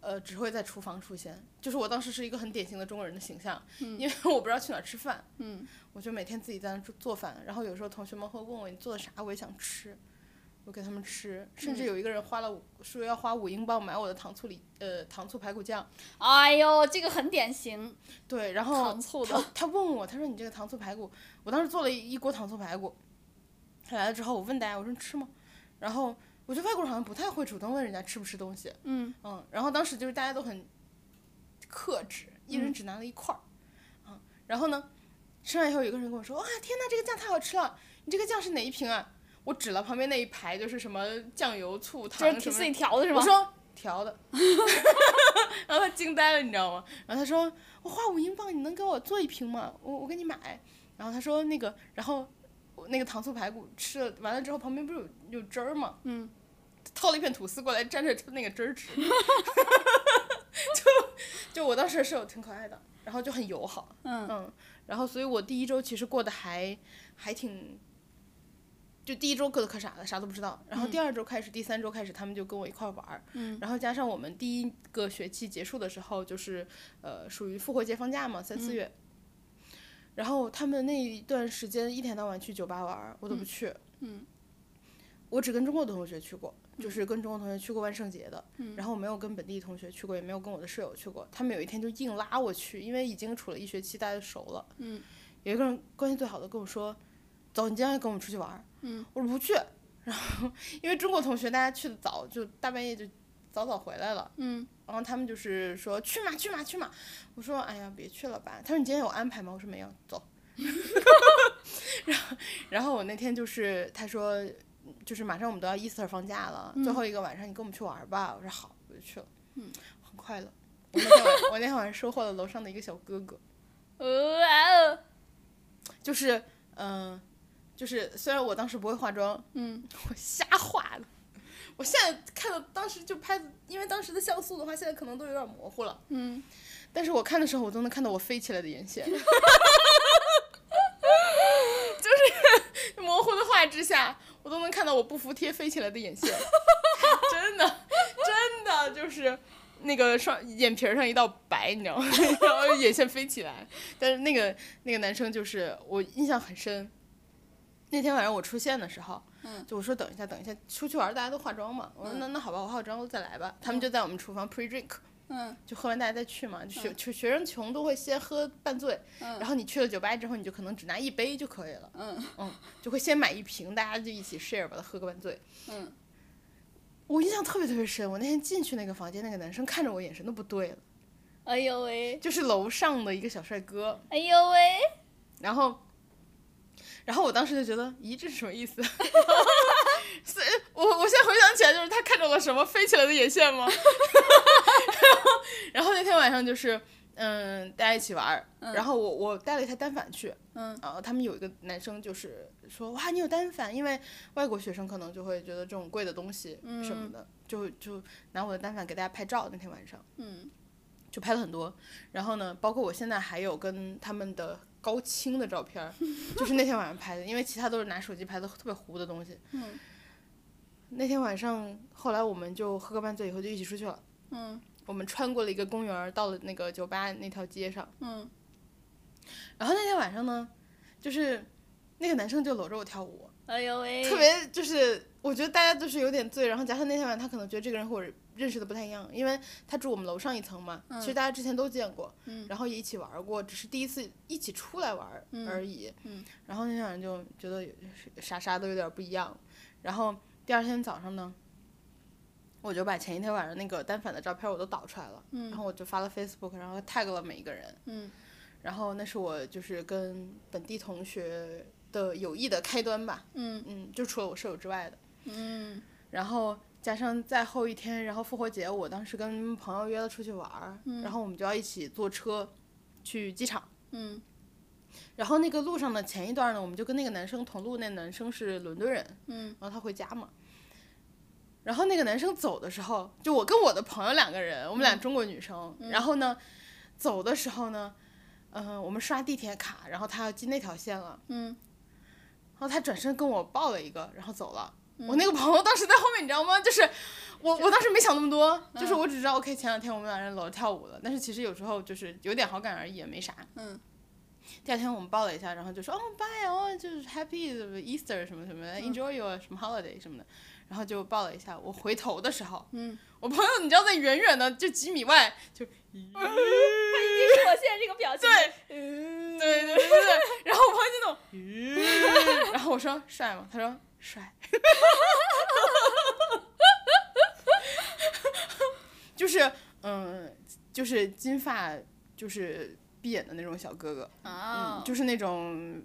S2: 呃，只会在厨房出现，就是我当时是一个很典型的中国人的形象，因为我不知道去哪儿吃饭，
S1: 嗯，
S2: 我就每天自己在那儿做做饭，然后有时候同学们会问我你做的啥，我也想吃，我给他们吃，
S1: 嗯
S2: 甚至有一个人花了五说要花五英镑买我的糖醋里呃糖醋排骨酱，
S1: 哎呦，这个很典型，
S2: 对，然后
S1: 糖醋
S2: 他
S1: 的，
S2: 他问我，他说你这个糖醋排骨，我当时做了一锅糖醋排骨，他来了之后，我问大家，我说你吃吗？然后我觉得外国人好像不太会主动问人家吃不吃东西，
S1: 嗯
S2: 嗯，然后当时就是大家都很克制，一人只拿了一块儿，嗯，然后呢，吃完以后有个人跟我说，哇，天呐，这个酱太好吃了，你这个酱是哪一瓶啊？我指了旁边那一排，就是什么酱油、醋、糖
S1: 这
S2: 什
S1: 是
S2: 么
S1: 自己调的是
S2: 我
S1: 吗？
S2: 说调 的， 然后他惊呆了，你知道吗？然后他说我花五英镑，你能给我做一瓶吗？我我给你买。然后他说那个，然后我那个糖醋排骨吃了完了之后，旁边不是有有汁儿吗？
S1: 嗯，
S2: 掏了一片吐司过来沾着那个 汁儿吃，就就我当时是有挺可爱的，然后就很友好，
S1: 嗯
S2: 然后所以我第一周其实过得还还挺。就第一周过得可傻了，啥都不知道。然后第二周开始，第三周开始，他们就跟我一块儿玩儿。
S1: 嗯
S2: 然后加上我们第一个学期结束的时候，就是呃属于复活节放假嘛，三
S1: 嗯
S2: 四月。然后他们那一段时间一天到晚去酒吧玩儿，我都不去。
S1: 嗯
S2: 我只跟中国的同学去过，就是跟中国同学去过万圣节的，
S1: 嗯
S2: 然后我没有跟本地同学去过，也没有跟我的舍友去过。他们有一天就硬拉我去，因为已经处了一学期，大家都熟了。
S1: 嗯
S2: 有一个人关系最好的跟我说：“走，你今天跟我们出去玩儿。”
S1: 嗯，
S2: 我说不去。然后因为中国同学大家去的早，就大半夜就早早回来了。
S1: 嗯，
S2: 然后他们就是说去嘛去嘛去嘛，我说哎呀别去了吧。他说你今天有安排吗？我说没有，走。 然后然后我那天就是他说就是马上我们都要 Easter 放假了，
S1: 嗯
S2: 最后一个晚上你跟我们去玩儿吧。我说好，我就去了。嗯，很快乐。我那天晚我那天晚上收获了楼上的一个小哥哥，
S1: 哇哦，
S2: 就是嗯、呃就是虽然我当时不会化妆，
S1: 嗯，
S2: 我瞎画的。我现在看到当时就拍的，因为当时的像素的话，现在可能都有点模糊了。
S1: 嗯，
S2: 但是我看的时候，我都能看到我飞起来的眼线，就是 模糊的画之下，我都能看到我不服帖飞起来的眼线，真的，真的就是那个双眼皮儿上一道白，你知道吗？ 然后眼线飞起来。但是那个那个男生就是我印象很深，那天晚上我出现的时候，
S1: 嗯
S2: 就我说等一下，等一下，出去玩儿大家都化妆嘛，我说那那好吧，我化妆我再来吧。他们就在我们厨房 pre drink。
S1: 嗯
S2: 就喝完大家再去嘛。学学学生穷都会先喝半醉，
S1: 嗯
S2: 然后你去了酒吧之后，你就可能只拿一杯就可以了，
S1: 嗯
S2: 就会先买一瓶，大家就一起 share 把它喝个半醉。
S1: 嗯，
S2: 我印象特别特别深，我那天进去那个房间，那个男生看着我眼神都不对了，
S1: 哎呦喂，
S2: 就是楼上的一个小帅哥，
S1: 哎呦喂，
S2: 然后，然后我当时就觉得，咦，这是什么意思？ 所以我我现在回想起来，就是他看中了什么飞起来的眼线吗？ 然后，然后那天晚上就是，嗯，大家一起玩儿，然后我我带了一台单反去，
S1: 嗯，
S2: 然后他们有一个男生就是说，哇，你有单反，因为外国学生可能就会觉得这种贵的东西什么的，就就拿我的单反给大家拍照。那天晚上，
S1: 嗯，
S2: 就拍了很多。然后呢，包括我现在还有跟他们的高清的照片儿，就是那天晚上拍的，因为其他都是拿手机拍的特别糊的东西。
S1: 嗯
S2: 那天晚上，后来我们就喝个半醉以后就一起出去了。
S1: 嗯
S2: 我们穿过了一个公园儿，到了那个酒吧那条街上。
S1: 嗯
S2: 然后那天晚上呢，就是那个男生就搂着我跳舞，
S1: 哎呦喂，
S2: 特别就是我觉得大家都是有点醉，然后加上那天晚上他可能觉得这个人和我认识的不太一样，因为他住我们楼上一层嘛，其实大家之前都见过，
S1: 嗯
S2: 然后也一起玩儿过，只是第一次一起出来玩儿而已。
S1: 嗯
S2: 然后那天晚上就觉得啥啥都有点不一样，然后第二天早上呢。我就把前一天晚上那个单反的照片我都导出来了，然后我就发了 Facebook，然后 tag 了每一个人，
S1: 嗯
S2: 然后那是我就是跟本地同学的友谊的开端吧，
S1: 嗯
S2: 嗯，就除了我舍友之外的。
S1: 嗯
S2: 然后加上再后一天，然后复活节，我当时跟朋友约了出去玩儿，然后我们就要一起坐车去机场。
S1: 嗯
S2: 然后那个路上的前一段呢，我们就跟那个男生同路，那男生是伦敦人，
S1: 嗯，
S2: 然后他回家嘛。然后那个男生走的时候，就我跟我的朋友两个人，我们
S1: 嗯
S2: 俩中国女生。然后呢，走的时候呢，嗯、我们刷地铁卡，然后他要进那条线了。
S1: 嗯
S2: 然后他转身跟我抱了一个，然后走了。我那个朋友当时在后面，你知道吗？就是我，我当时没想那么多，就是
S1: 嗯
S2: 我只知道 OK，前两天我们俩人搂着跳舞了，但是其实有时候就是有点好感而已，也没啥。
S1: 嗯。
S2: 第二天我们抱了一下，然后就说哦拜哦，就是 Happy Easter 什么什么的，Enjoy
S1: 嗯
S2: your 什么 holiday 什么的，然后就抱了一下。我回头的时候，
S1: 嗯，
S2: 我朋友你知道在远远的就几米外 就，
S1: 就是我现在这个表情。
S2: 对
S1: 嗯，
S2: 对对对对对，然后我朋友就那种，咦 然后我说帅吗？他说帅， 就是嗯，就是金发，就是闭眼的那种小哥哥，
S1: 啊
S2: 嗯，，就是那种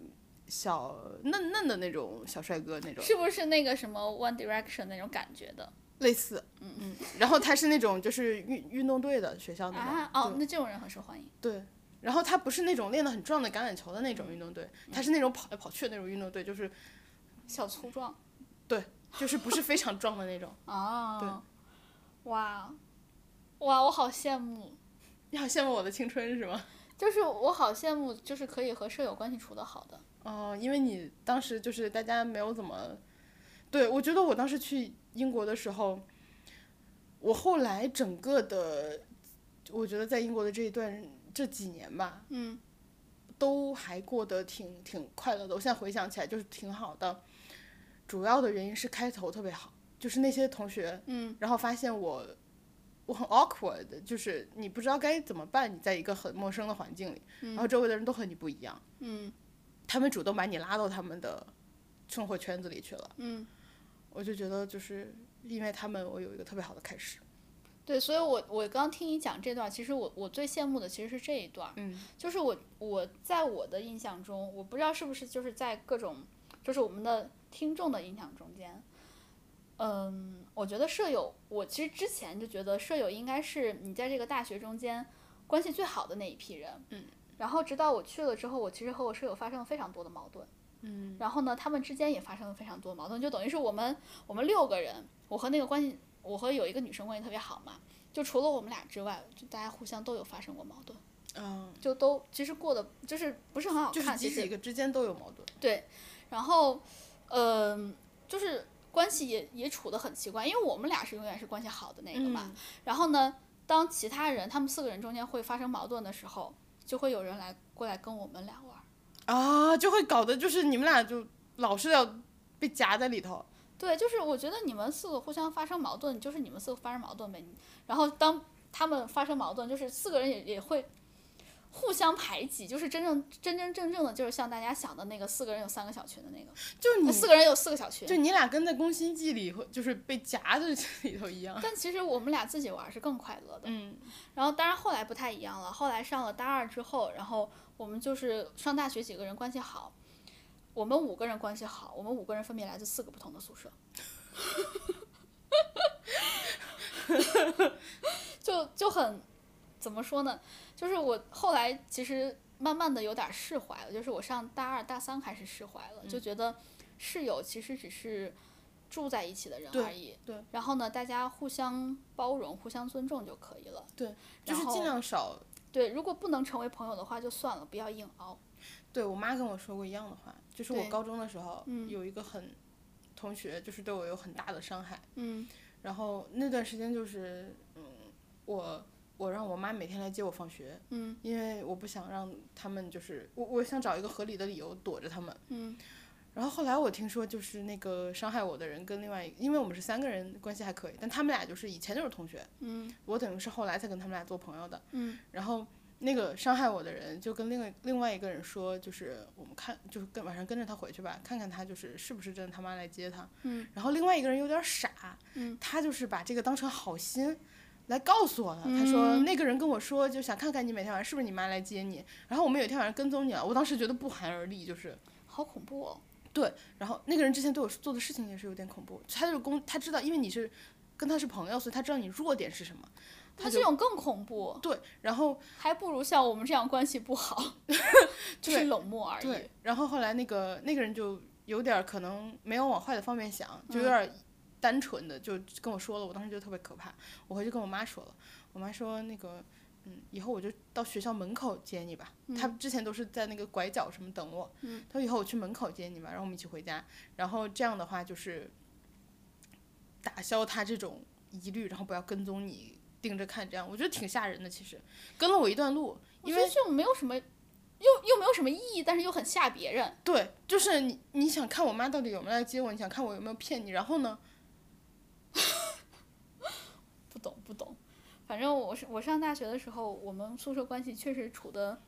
S2: 小嫩嫩的那种小帅哥那种，
S1: 是不是那个什么 One Direction 那种感觉的
S2: 类似，嗯嗯，然后他是那种就是运运动队的学校那种，
S1: 啊？哦，那这种人很受欢迎。
S2: 对，然后他不是那种练得很壮的橄榄球的那种运动队，他是那种跑来跑去的那种运动队，就是
S1: 小粗壮
S2: 就是不是非常壮的那种。
S1: 哦，哇哇，我好羡慕，
S2: 你好羡慕我的青春是吗？
S1: 就是我好羡慕，就是可以和舍友关系处得好的。
S2: 哦、因为你当时就是大家没有怎么，对我觉得我当时去英国的时候，我后来整个的，我觉得在英国的这一段这几年吧，
S1: 嗯
S2: 都还过得挺挺快乐的。我现在回想起来就是挺好的，主要的原因是开头特别好，就是那些同学，
S1: 嗯，
S2: 然后发现我我很 awkward，就是你不知道该怎么办，你在一个很陌生的环境里，然后周围的人都和你不一样，
S1: 嗯
S2: 他们主动把你拉到他们的生活圈子里去了。
S1: 嗯，
S2: 我就觉得就是因为他们，我有一个特别好的开始。
S1: 对，所以我我刚听你讲这段，其实我我最羡慕的其实是这一段，
S2: 嗯，
S1: 就是我我在我的印象中，我不知道是不是就是在各种就是我们的听众的印象中间，嗯，我觉得舍友，我其实之前就觉得舍友应该是你在这个大学中间关系最好的那一批人，
S2: 嗯，
S1: 然后直到我去了之后，我其实和我舍友发生了非常多的矛盾。
S2: 嗯，
S1: 然后呢，他们之间也发生了非常多矛盾，就等于是我们我们六个人，我和那个关系，我和有一个女生关系特别好嘛，就除了我们俩之外，就大家互相都有发生过矛盾，
S2: 嗯，
S1: 就都其实过得就是不是很好
S2: 就是
S1: 看，
S2: 几
S1: 其
S2: 几
S1: 实
S2: 个之间都有矛盾。
S1: 对，然后，嗯、就是关系也也处得很奇怪，因为我们俩是永远是关系好的那个
S2: 嗯
S1: 嘛，然后呢，当其他人他们四个人中间会发生矛盾的时候，就会有人来过来跟我们俩玩儿。
S2: 啊，就会搞得就是你们俩就老是要被夹在里头。
S1: 对，就是我觉得你们四个互相发生矛盾，就是你们四个发生矛盾呗。然后当他们发生矛盾，就是四个人也也会互相排挤，就是真正真真正正的，就是像大家想的那个四个人有三个小群的那个，
S2: 就你
S1: 呃四个人有四个小
S2: 就
S1: 群。
S2: 你俩跟在《宫心计》里会就是被夹在这里头一样。
S1: 但其实我们俩自己玩儿是更快乐的。
S2: 嗯
S1: 然后当然后来不太一样了，后来上了大二之后，然后我们就是上大学几个人关系好，我们五个人关系好，我们五个人分别来自四个不同的宿舍。 就就很怎么说呢？就是我后来其实慢慢的有点释怀了，就是我上大二大三开始释怀了，
S2: 嗯
S1: 就觉得室友其实只是住在一起的人
S2: 对
S1: 而已。
S2: 对
S1: 然后呢，大家互相包容、互相尊重就可以了。
S2: 对，就
S1: 然
S2: 是
S1: 后
S2: 尽量少。
S1: 对，如果不能成为朋友的话，就算了，不要硬熬。
S2: 对我妈跟我说过一样的话，就是我
S1: 对
S2: 高中的时候
S1: 嗯
S2: 有一个很同学，就是对我有很大的伤害。
S1: 嗯
S2: 然后那段时间就是，嗯，我我让我妈每天来接我放学，
S1: 嗯
S2: 因为我不想让他们就是我我想找一个合理的理由躲着他们。
S1: 嗯
S2: 然后后来我听说，就是那个伤害我的人跟另外一个，因为我们是三个人关系还可以，但他们俩就是以前就是同学，
S1: 嗯
S2: 我等于是后来才跟他们俩做朋友的。
S1: 嗯
S2: 然后那个伤害我的人就跟另外另外一个人说，就是我们看，就是跟晚上跟着他回去吧，看看他就是是不是真的他妈来接他。
S1: 嗯。
S2: 然后另外一个人有点傻，
S1: 嗯
S2: 他就是把这个当成好心。来告诉我了，
S1: 嗯
S2: 他说、那个人跟我说，就想看看你每天晚上是不是你妈来接你。然后我们有一天晚上跟踪你了，我当时觉得不寒而栗，就是
S1: 好恐怖哦。
S2: 然后那个人之前对我做的事情也是有点恐怖，他就是公，他知道，因为你是跟他是朋友，所以他知道你弱点是什么。
S1: 那这种更恐怖，
S2: 对，然后
S1: 还不如像我们这样关系不 好，就是冷漠而已
S2: 对。，然后后来那个那个人就有点儿可能没有往坏的方面想，就
S1: 嗯
S2: 有点儿单纯的就跟我说了，我当时就特别可怕，我回去跟我妈说了，我妈说那个。嗯，以后我就到学校门口接你吧。他之前都是在那个拐角什么等我。
S1: 嗯
S2: 他说以后我去门口接你吧，然后我们一起回家。然后这样的话就是打消他这种疑虑，然后不要跟踪你，盯着看，这样我觉得挺吓人的。其实跟了我一段路，
S1: 我
S2: 因
S1: 觉
S2: 为
S1: 得这种没有什么，又又没有什么意义，但是又很吓别人。
S2: 对，就是你，你想看我妈到底有没有来接我，你想看我有没有骗你，然后呢，
S1: 不懂不懂，反正我是我上大学的时候，我们宿舍关系确实处的，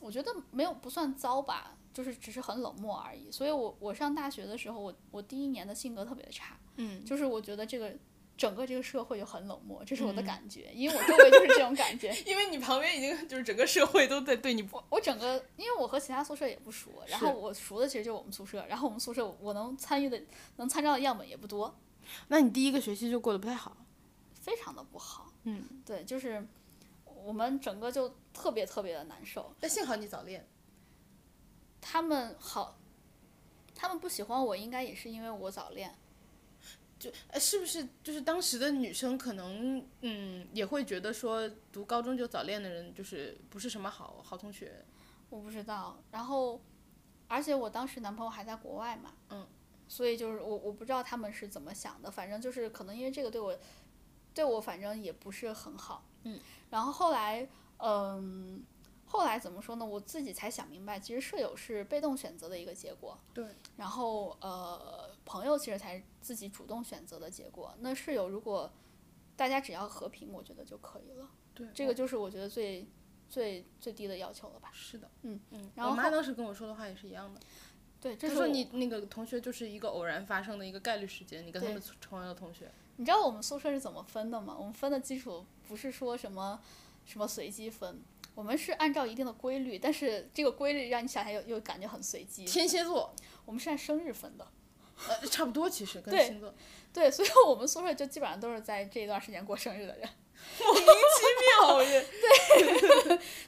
S1: 我觉得没有不算糟吧，就是只是很冷漠而已。所以我我上大学的时候，我我第一年的性格特别的差。
S2: 嗯，
S1: 就是我觉得这个整个这个社会就很冷漠，这是我
S2: 嗯
S1: 的感觉，因为我周围就是这种感觉。
S2: 因为你旁边已经就是整个社会都在对你不，
S1: 我整个，因为我和其他宿舍也不熟，然后
S2: 是
S1: 我熟的其实就是我们宿舍，然后我们宿舍我能参与的、能参照的样本也不多，
S2: 那你第一个学期就过得不太好，
S1: 非常的不好。
S2: 嗯，
S1: 对，就是我们整个就特别特别的难受。
S2: 但幸好你早恋，
S1: 他们好，他们不喜欢我，应该也是因为我早恋。
S2: 就呃是不是就是当时的女生可能嗯也会觉得说读高中就早恋的人就是不是什么好好同学，
S1: 我不知道。然后，而且我当时男朋友还在国外嘛，
S2: 嗯，
S1: 所以就是我我不知道他们是怎么想的，反正就是可能因为这个对我，对我反正也不是很好，
S2: 嗯。
S1: 然后后来，嗯，后来怎么说呢？我自己才想明白，其实舍友是被动选择的一个结果，
S2: 对，
S1: 然后呃，朋友其实才是自己主动选择的结果。那室友如果大家只要和平，我觉得就可以了。
S2: 对
S1: 这个就是我觉得最最最低的要求了吧？
S2: 是的，
S1: 嗯
S2: 嗯，
S1: 然
S2: 我
S1: 后
S2: 妈
S1: 后
S2: 当时跟我说的话也是一样的，
S1: 对，这
S2: 她
S1: 是
S2: 说
S1: 我
S2: 你那个同学就是一个偶然发生的一个概率事件，你跟他
S1: 对
S2: 们成为了同学，
S1: 你知道我们宿舍是怎么分的吗？我们分的基础不是说什么什么随机分，我们是按照一定的规律，但是这个规律让你想起来又又感觉很随机。
S2: 天蝎座，
S1: 我们是按生日分的，
S2: 呃，差不多其实跟
S1: 对
S2: 星座，
S1: 对，所以我们宿舍就基本上都是在这一段时间过生日的人。
S2: 妙人，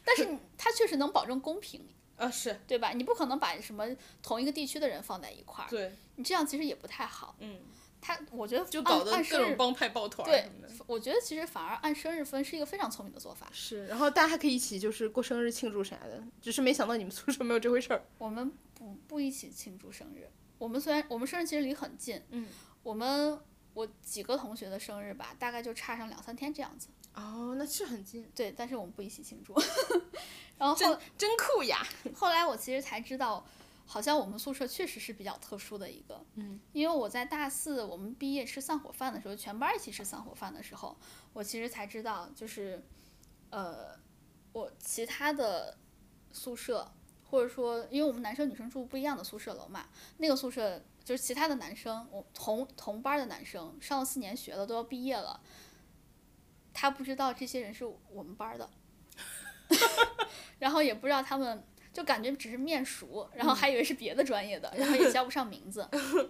S1: 但是它确实能保证公平，
S2: 啊是
S1: 对吧？你不可能把什么同一个地区的人放在一块儿，
S2: 对，
S1: 你这样其实也不太好。
S2: 嗯，
S1: 它我觉得
S2: 就
S1: 按
S2: 搞得
S1: 按
S2: 各
S1: 生
S2: 种
S1: 日，
S2: 帮派抱团儿
S1: 对
S2: 什么的。
S1: 我觉得其实反而按生日分是一个非常聪明的做法。
S2: 是，然后大家还可以一起就是过生日庆祝啥的，只是没想到你们宿舍没有这回事儿。
S1: 我们不不一起庆祝生日。我们虽然我们生日其实离很近，
S2: 嗯，
S1: 我们我几个同学的生日吧，大概就差上两三天这样子。
S2: 哦，那是很近，
S1: 对，但是我们不一起庆祝。 然后后
S2: 真真酷呀！
S1: 后来我其实才知道，好像我们宿舍确实是比较特殊的一个，
S2: 嗯，
S1: 因为我在大四我们毕业吃散伙饭的时候，全班一起吃散伙饭的时候，我其实才知道，就是，呃，我其他的宿舍，或者说，因为我们男生女生住不一样的宿舍楼嘛，那个宿舍就是其他的男生，我同同班的男生上了四年学了，都要毕业了。他不知道这些人是我们班儿的， 然后也不知道他们，就感觉只是面熟，然后还以为是别的专业的，然后也叫不上名字，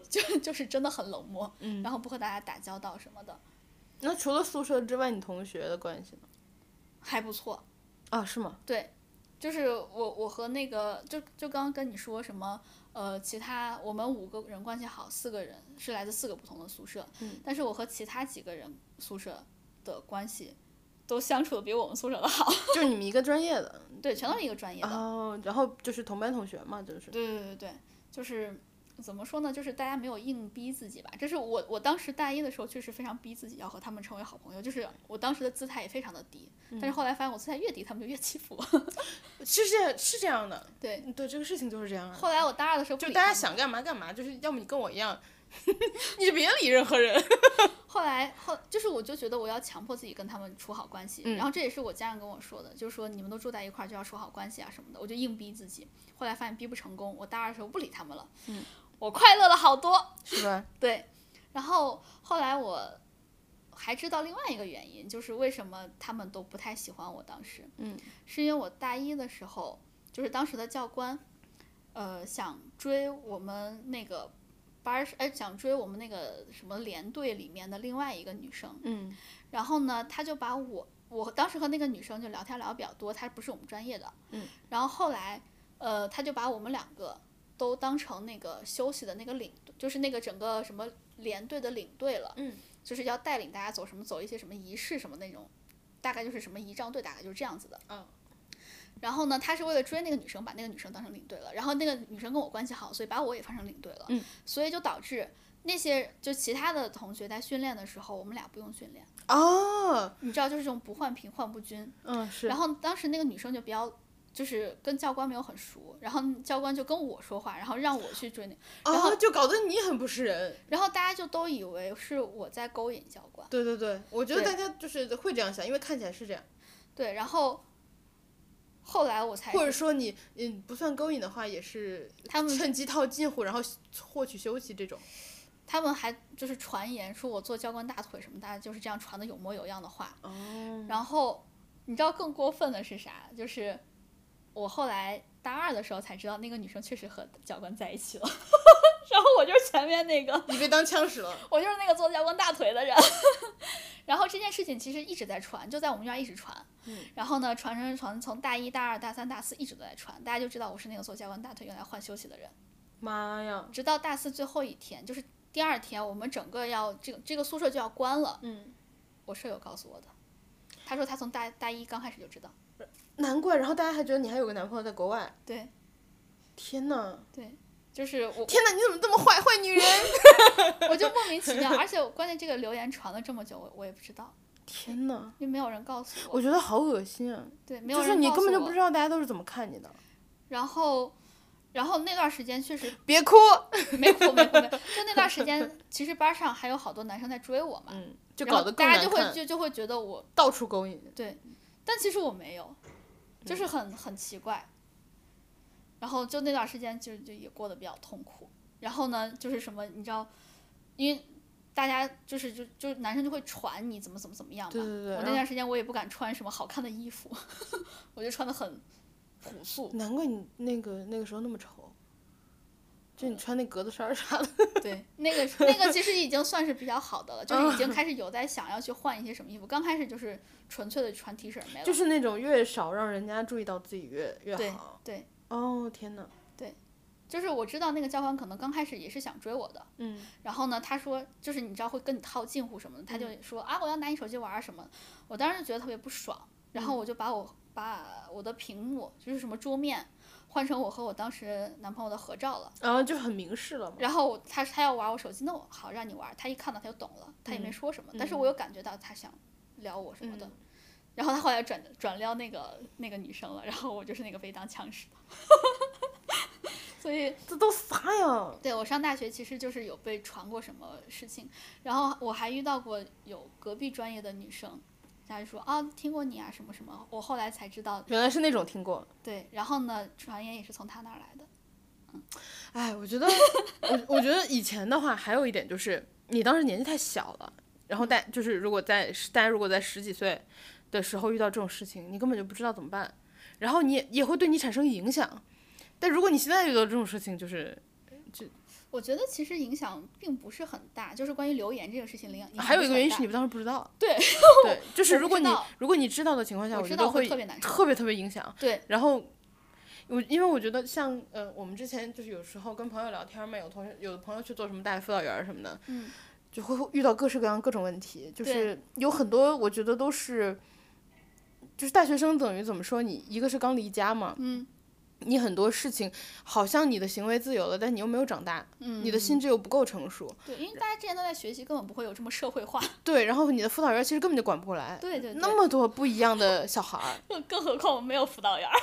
S1: 就就是真的很冷漠，
S2: 嗯
S1: 然后不和大家打交道什么的，
S2: 那除了宿舍之外，你同学的关系呢？
S1: 还不错。
S2: 啊，是吗？
S1: 对，就是我我和那个就就刚刚跟你说什么呃，其他我们五个人关系好，四个人是来自四个不同的宿舍，
S2: 嗯
S1: 但是我和其他几个人宿舍的关系都相处的比我们宿舍的好，
S2: 就是你们一个专业的，
S1: 对，全都是一个专业的，
S2: 哦，然后就是同班同学嘛，就是
S1: 对对对对，就是。怎么说呢？就是大家没有硬逼自己吧。这是我我当时大一的时候，确实非常逼自己要和他们成为好朋友，就是我当时的姿态也非常的低。
S2: 嗯
S1: 但是后来发现我姿态越低，他们就越欺负我。
S2: 是这是这样的，嗯
S1: 对，
S2: 对这个事情就是这样的，
S1: 后来我大二的时候不
S2: 嗯就
S1: 理
S2: 大
S1: 他
S2: 家
S1: 们
S2: 想干嘛干嘛，就是要么你跟我一样， 你就别理任何人。
S1: 后来后就是我就觉得我要强迫自己跟他们处好关系，
S2: 嗯
S1: 然后这也是我家人跟我说的，就是说你们都住在一块儿就要处好关系啊什么的，我就硬逼自己。后来发现逼不成功，我大二的时候不理他们了，
S2: 嗯
S1: 我快乐了好多。
S2: 是吧？
S1: 对，然后后来我还知道另外一个原因，就是为什么他们都不太喜欢我当时，
S2: 嗯，
S1: 是因为我大一的时候，就是当时的教官，呃，想追我们那个。班儿哎，想追我们那个什么连队里面的另外一个女生，
S2: 嗯，
S1: 然后呢，他就把我，我当时和那个女生就聊天聊得比较多，她不是我们专业的，
S2: 嗯，
S1: 然后后来，呃，他就把我们两个都当成那个休息的那个领，就是那个整个什么连队的领队了，
S2: 嗯，
S1: 就是要带领大家走什么走一些什么仪式什么那种，大概就是什么仪仗队，大概就是这样子的，
S2: 嗯。
S1: 然后呢，他是为了追那个女生，把那个女生当成领队了。然后那个女生跟我关系好，所以把我也放成领队了。
S2: 嗯，
S1: 所以就导致那些就其他的同学在训练的时候，我们俩不用训练。
S2: 哦，
S1: 你知道，就是这种不换平换不均。
S2: 嗯是，
S1: 然后当时那个女生就比较，就是跟教官没有很熟，然后教官就跟我说话，然后让我去追那，然后
S2: 哦，就搞得你很不是人。
S1: 然后大家就都以为是我在勾引教官，
S2: 对对对，我觉得
S1: 对
S2: 大家就是会这样想，因为看起来是这样，
S1: 对，然后后来我才
S2: 或者说你嗯不算勾引的话，也是
S1: 他们
S2: 趁机套近乎，然后获取休息这种。
S1: 他们还就是传言说我做教官大腿什么，大家就是这样传的有模有样的话，
S2: 哦，
S1: 然后你知道更过分的是啥？就是我后来大二的时候才知道那个女生确实和教官在一起了， 然后我就是前面那个。
S2: 你被当枪使了。
S1: 我就是那个做教官大腿的人。 然后这件事情其实一直在传，就在我们院儿一直传。
S2: 嗯
S1: 然后呢，传传传，从大一、大二、大三、大四一直都在传，大家就知道我是那个做教官大腿用来换休息的人。
S2: 妈呀！
S1: 直到大四最后一天，就是第二天，我们整个要这个这个宿舍就要关了。
S2: 嗯，
S1: 我舍友告诉我的，他说他从大大一刚开始就知道。
S2: 难怪，然后大家还觉得你还有个男朋友在国外。
S1: 对
S2: 天呐，
S1: 对，就是我
S2: 天呐，你怎么这么坏，坏女人！
S1: 我就莫名其妙，而且我关键这个留言传了这么久，我我也不知道，
S2: 天呐，
S1: 因为没有人告诉我。
S2: 我觉得好恶心啊！
S1: 对，没有
S2: 就
S1: 人
S2: 是你
S1: 告
S2: 根本
S1: 诉
S2: 就
S1: 我
S2: 不知道大家都是怎么看你的。
S1: 然后，然后那段时间确实
S2: 别哭。
S1: 没哭没哭没哭，就那段时间，其实班上还有好多男生在追我嘛，
S2: 嗯，就
S1: 然后
S2: 搞得更
S1: 大
S2: 难
S1: 家就会
S2: 看，
S1: 就就会觉得我，
S2: 到处勾引。
S1: 但其实我没有，
S2: 嗯
S1: 就是很很奇怪。然后就那段时间就就也过得比较痛苦。然后呢，就是什么你知道，因为大家就是就就男生就会传你怎么怎么怎么样嘛。
S2: 对对对
S1: 我
S2: 然
S1: 那
S2: 后
S1: 段时间我也不敢穿什么好看的衣服， 我就穿的很朴素。
S2: 难怪你那个那个时候那么丑，就
S1: 嗯
S2: 你穿那格子衫儿啥的。
S1: 对，那个那个其实已经算是比较好的了，就是已
S2: 嗯
S1: 经开始有在想要去换一些什么衣服。刚开始就是纯粹的穿 T 恤没了。
S2: 就是那种越少让人家注意到自己越越
S1: 对
S2: 好。
S1: 对，
S2: 哦天哪，
S1: 就是我知道那个教官可能刚开始也是想追我的，
S2: 嗯，
S1: 然后呢，他说就是你知道会跟你套近乎什么的，他就
S2: 嗯
S1: 说啊我要拿你手机玩儿什么的，我当时觉得特别不爽，然
S2: 嗯
S1: 后我就把我把我的屏幕就是什么桌面换成我和我当时男朋友的合照了，
S2: 然后就很明示了嘛。
S1: 然后他他要玩我手机，那我好让你玩儿，他一看到他就懂了，他也没说什么，但是我有感觉到他想撩我什么的。然后他后来转转撩那个那个女生了，然后我就是那个被当枪使的， 所以
S2: 这都啥呀？
S1: 对我上大学其实就是有被传过什么事情，然后我还遇到过有隔壁专业的女生，她就说啊听过你啊什么什么，我后来才知道，
S2: 原来是那种听过。
S1: 对，然后呢传言也是从她那儿来的，
S2: 哎，我觉得，我我觉得以前的话还有一点就是，你当时年纪太小了，然后大
S1: 嗯
S2: 就是如果在大家如果在十几岁的时候遇到这种事情，你根本就不知道怎么办，然后你也也会对你产生影响。但如果你现在遇到这种事情，就是
S1: 我觉得其实影响并不是很大，就是关于留言这个事情影响影响
S2: 还有
S1: 不
S2: 一
S1: 是
S2: 个
S1: 很
S2: 原因
S1: 大
S2: 是你当时不知道。
S1: 对
S2: 对，就是
S1: 我不
S2: 如果
S1: 知
S2: 你
S1: 道
S2: 如果你知道的情况下，
S1: 我
S2: 我
S1: 知
S2: 觉
S1: 道
S2: 得
S1: 会
S2: 会
S1: 特别难受，
S2: 特别特别影响。
S1: 对，
S2: 然后我因为我觉得像呃，我们之前就是有时候跟朋友聊天嘛，有同学有的朋友去做什么大学辅导员儿什么的，
S1: 嗯，
S2: 就会遇到各式各样各种问题，就是有很多我觉得都是，就是大学生等于怎么说你一个是刚离家嘛，
S1: 嗯
S2: 你很多事情好像你的行为自由了，但你又没有长大，
S1: 嗯，
S2: 你的心智又不够成熟，
S1: 对，因为大家之前都在学习，根本不会有这么社会化，
S2: 对，然后你的辅导员其实根本就管不过来，
S1: 对对对，
S2: 那么多不一样的小孩儿，
S1: 更更何况我们没有辅导员儿，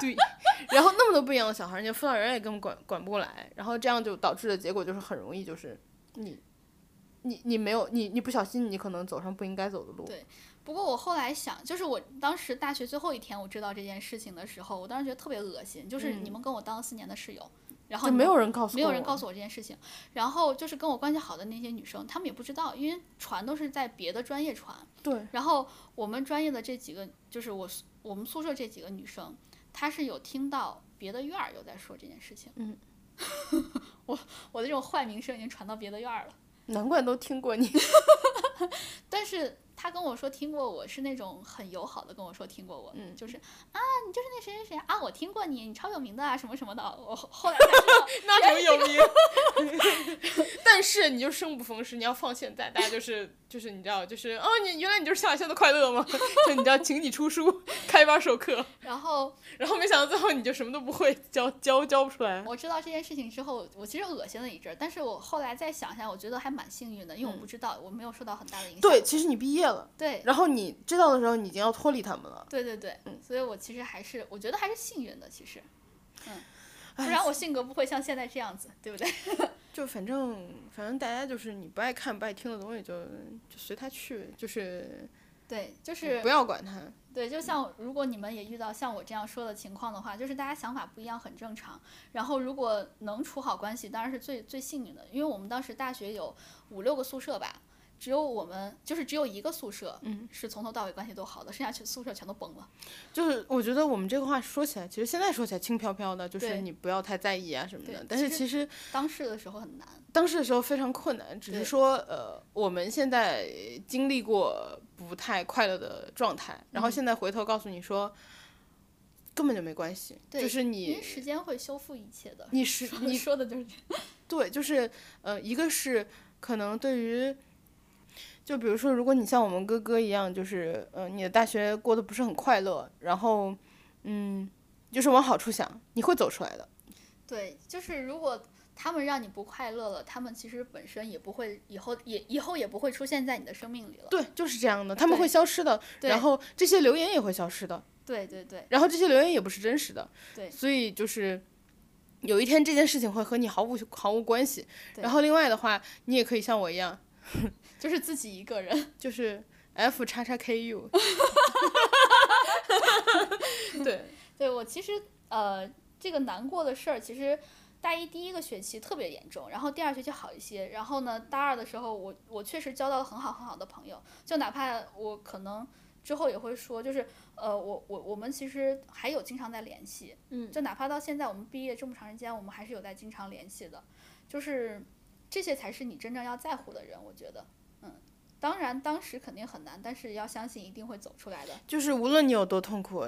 S2: 对，然后那么多不一样的小孩儿，人家辅导员也根本管管不过来，然后这样就导致的结果就是很容易就是你，你你没有你你不小心你可能走上不应该走的路
S1: 对，不过我后来想，就是我当时大学最后一天我知道这件事情的时候，我当时觉得特别恶心，就是你们跟我当了四年的室友，然后
S2: 嗯就
S1: 你
S2: 没
S1: 们
S2: 有人告诉
S1: 没有人告
S2: 诉
S1: 诉我这件事情，然后就是跟我关系好的那些女生，她们也不知道，因为传都是在别的专业传，
S2: 对，
S1: 然后我们专业的这几个，就是我宿我们宿舍这几个女生，她是有听到别的院儿有在说这件事情，
S2: 嗯，
S1: 我我的这种坏名声已经传到别的院儿了。
S2: 难怪都听过你，
S1: 但是他跟我说听过我是那种很友好的跟我说听过我，
S2: 嗯
S1: 就是啊，你就是那谁谁谁啊，我听过你，你超有名的啊，什么什么的。我后后来才知道
S2: 那怎么有啊名？ 但是你就生不逢时，你要放现在，大家就是就是你知道就是哦，你原来你就是下下的快乐吗？ 就你知道，请你出书，开班授课，
S1: 然后
S2: 然后没想到最后你就什么都不会，教教教不出来。
S1: 我知道这件事情之后，我其实恶心了一阵儿，但是我后来再想一下，我觉得还蛮幸运的，因为我不知道，我没有受到很大的影响。
S2: 嗯对，其实你毕业了。
S1: 对
S2: 然后你知道的时候，你已经要脱离他们了。
S1: 对对对，
S2: 嗯
S1: 所以我其实还是我觉得还是幸运的，其实，嗯，不
S2: 哎
S1: 然我性格不会像现在这样子，对不对？
S2: 就反正反正大家就是你不爱看不爱听的东西就就随他去，就是
S1: 对，就是
S2: 不要管他。
S1: 对，就像如果你们也遇到像我这样说的情况的话，就是大家想法不一样很正常。然后如果能处好关系，当然是最最幸运的，因为我们当时大学有五六个宿舍吧，只有我们就是只有一个宿舍，
S2: 嗯，
S1: 是从头到尾关系都好的，剩下全宿舍全都崩了。
S2: 就是我觉得我们这个话说起来，其实现在说起来轻飘飘的，就是
S1: 对
S2: 你不要太在意啊什么的
S1: 对。
S2: 但是
S1: 其
S2: 其实
S1: 当事的时候很难，
S2: 当时的时候非常困难，只
S1: 对
S2: 是说呃我们现在经历过不太快乐的状态，
S1: 嗯
S2: 然后现在回头告诉你说。根本就没关系，
S1: 对
S2: 就是
S1: 因为
S2: 你，
S1: 时间会修复一切的。
S2: 你是
S1: 说
S2: 你
S1: 说 的就是这样
S2: 对，就是呃，一个是可能对于，就比如说，如果你像我们哥哥一样，就是呃，你的大学过得不是很快乐，然后嗯，就是往好处想，你会走出来的。
S1: 对，就是如果他们让你不快乐了，他们其实本身也不会以后也以后也不会出现在你的生命里了。
S2: 对，就是这样的，他们
S1: 呃对
S2: 会消失的，
S1: 对
S2: 然后这些留言也会消失的，
S1: 对对对。
S2: 然后这些留言也不是真实的，
S1: 对
S2: 所以就是有一天这件事情会和你毫无毫无关系。
S1: 对
S2: 然后另外的话，你也可以像我一样，
S1: 就是自己一个人。
S2: 就是 F 叉叉 KU， 对，
S1: 对我其实呃，这个难过的事儿，其实大一第一个学期特别严重，然后第二学期好一些，然后呢，大二的时候我我确实交到了很好很好的朋友，就哪怕我可能之后也会说，就是呃，我我我们其实还有经常在联系，
S3: 嗯
S1: 就哪怕到现在我们毕业这么长时间，我们还是有在经常联系的，就是这些才是你真正要在乎的人，我觉得，嗯。当然，当时肯定很难，但是要相信一定会走出来的。
S2: 就是无论你有多痛苦，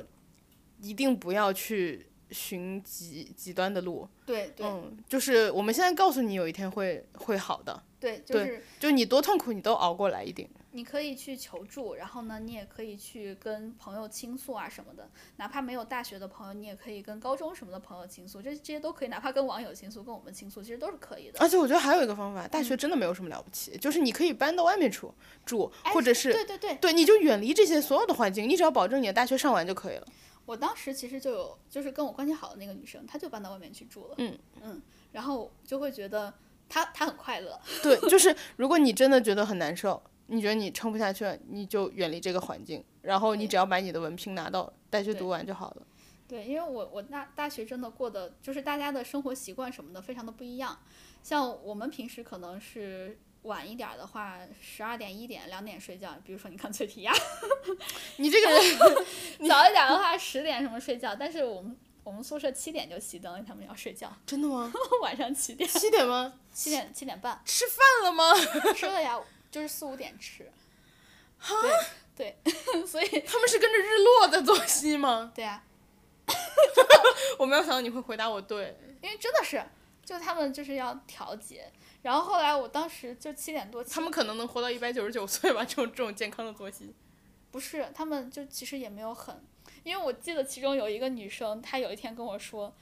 S2: 一定不要去寻极极端的路。
S1: 对对、
S2: 嗯，就是我们现在告诉你，有一天会会好的。
S1: 对，就
S2: 对
S1: 是
S2: 就你多痛苦，你都熬过来一定。
S1: 你可以去求助，然后呢，你也可以去跟朋友倾诉啊什么的，哪怕没有大学的朋友，你也可以跟高中什么的朋友倾诉，这这些都可以，哪怕跟网友倾诉，跟我们倾诉，其实都是可以的。
S2: 而且我觉得还有一个方法，大
S1: 嗯
S2: 学真的没有什么了不起，就是你可以搬到外面住住，
S1: 哎
S2: 或者是、
S1: 对对对，
S2: 对，你就远离这些所有的环境，你只要保证你的大学上完就可以了。
S1: 我当时其实就有，就是跟我关系好的那个女生，她就搬到外面去住了，
S2: 嗯
S1: 然后就会觉得她她很快乐，
S2: 对，就是如果你真的觉得很难受，你觉得你撑不下去了，你就远离这个环境，然后你
S1: 对
S2: 只要把你的文凭拿到，大学
S1: 对
S2: 读完就好了。
S1: 对，因为我我大大学真的过的就是大家的生活习惯什么的非常的不一样，像我们平时可能是晚一点儿的话，十二点一点两点睡觉，比如说你看崔皮 亚。
S2: 你这 个人
S1: 早一点的话，十点什么睡觉，但是我们我们宿舍七点就熄灯，他们要睡觉，
S2: 真的吗？
S1: 晚上七点，
S2: 七点吗？
S1: 七点七点 半
S2: 吃饭了吗？
S1: 吃了呀，就是四五点吃。对对， 所以
S2: 他们是跟着日落在作息吗？
S1: 对呀、
S2: 我没有想到你会回答我对。
S1: 因为真的是，就他们就是要调节。然后后来我当时就七点多起，
S2: 他们可能能活到一百九十九岁吧，这种这种健康的作息。
S1: 不是，他们就其实也没有很，因为我记得其中有一个女生，她有一天跟我说，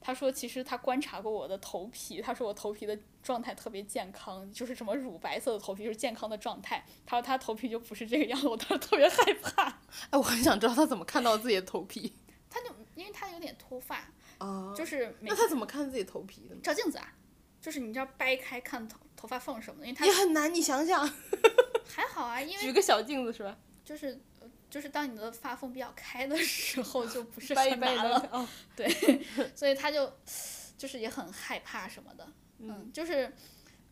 S1: 她说其实她观察过我的头皮，她说我头皮的状态特别健康，就是什么乳白色的头皮就是健康的状态，她说她头皮就不是这个样子，我当时特别害怕，
S2: 哎，我很想知道他怎么看到自己的头皮。
S1: 她就 因为她有点脱发，
S2: 啊
S1: 就。是每
S2: 那他怎么看自己头皮的呢？
S1: 照镜子啊，就是你这样掰开看头头发缝什么的，因为她
S2: 也很难，你想想，
S1: 还好啊，因为
S2: 举个小镜子是吧？
S1: 就是。呃就是当你的发缝比较开的时候，就不是
S2: 掰一
S1: 很
S2: 掰
S1: 难了。
S2: 啊。
S1: 所以他就就是也很害怕什么的，嗯，就是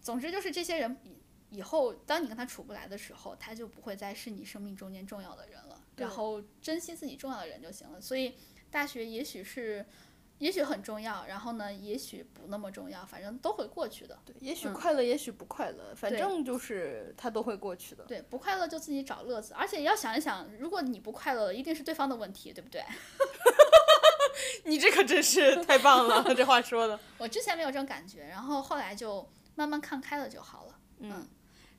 S1: 总之就是这些人以以后当你跟他处不来的时候，他就不会再是你生命中间重要的人了，然
S2: 对
S1: 后珍惜自己重要的人就行了。所以大学也许是。也许很重要，然后呢，也许不那么重要，反正都会过去的。
S2: 对，也许
S1: 嗯
S2: 快乐，也许不快乐，反
S1: 对
S2: 正就是他都会过去的。
S1: 对，不快乐就自己找乐子，而且要想一想，如果你不快乐，一定是对方的问题，对不 对？
S2: 你这可真是太棒了， 这话说的。
S1: 我之前没有这种感觉，然后后来就慢慢看开了就好了。
S2: 嗯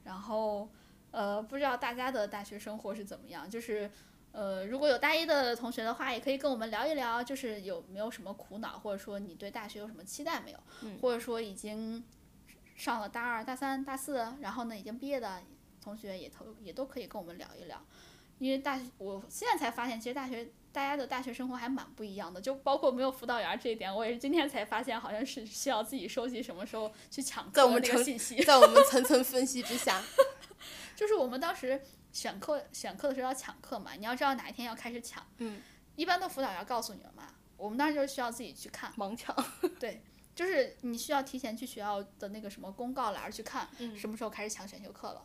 S1: 然后呃，不知道大家的大学生活是怎么样，就是。呃，如果有大一的同学的话，也可以跟我们聊一聊，就是有没有什么苦恼，或者说你对大学有什么期待没有，
S2: 嗯
S1: 或者说已经上了大二、大三、大四，然后呢已经毕业的同学也都也都可以跟我们聊一聊，因为大我现在才发现，其实大学大家的大学生活还蛮不一样的，就包括没有辅导员这一点，我也是今天才发现，好像是需要自己收集什么时候去抢
S2: 在
S1: 课
S2: 我们
S1: 的那个
S2: 成
S1: 信息，
S2: 在我们层层分析之下，
S1: 就是我们当时选课选课的时候要抢课嘛，你要知道哪一天要开始抢。
S2: 嗯，
S1: 一般的辅导员告诉你们嘛，我们当时就需要自己去 看，
S2: 盲抢。
S1: 就是你需要提前去学校的那个什么公告栏儿去看，
S2: 嗯
S1: 什么时候开始抢选修课了。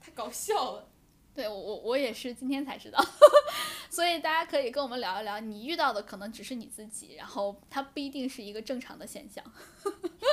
S2: 太搞笑了。
S1: 对我我我也是今天才知道， 所以大家可以跟我们聊一聊，你遇到的可能只是你自己，然后它不一定是一个正常的现象。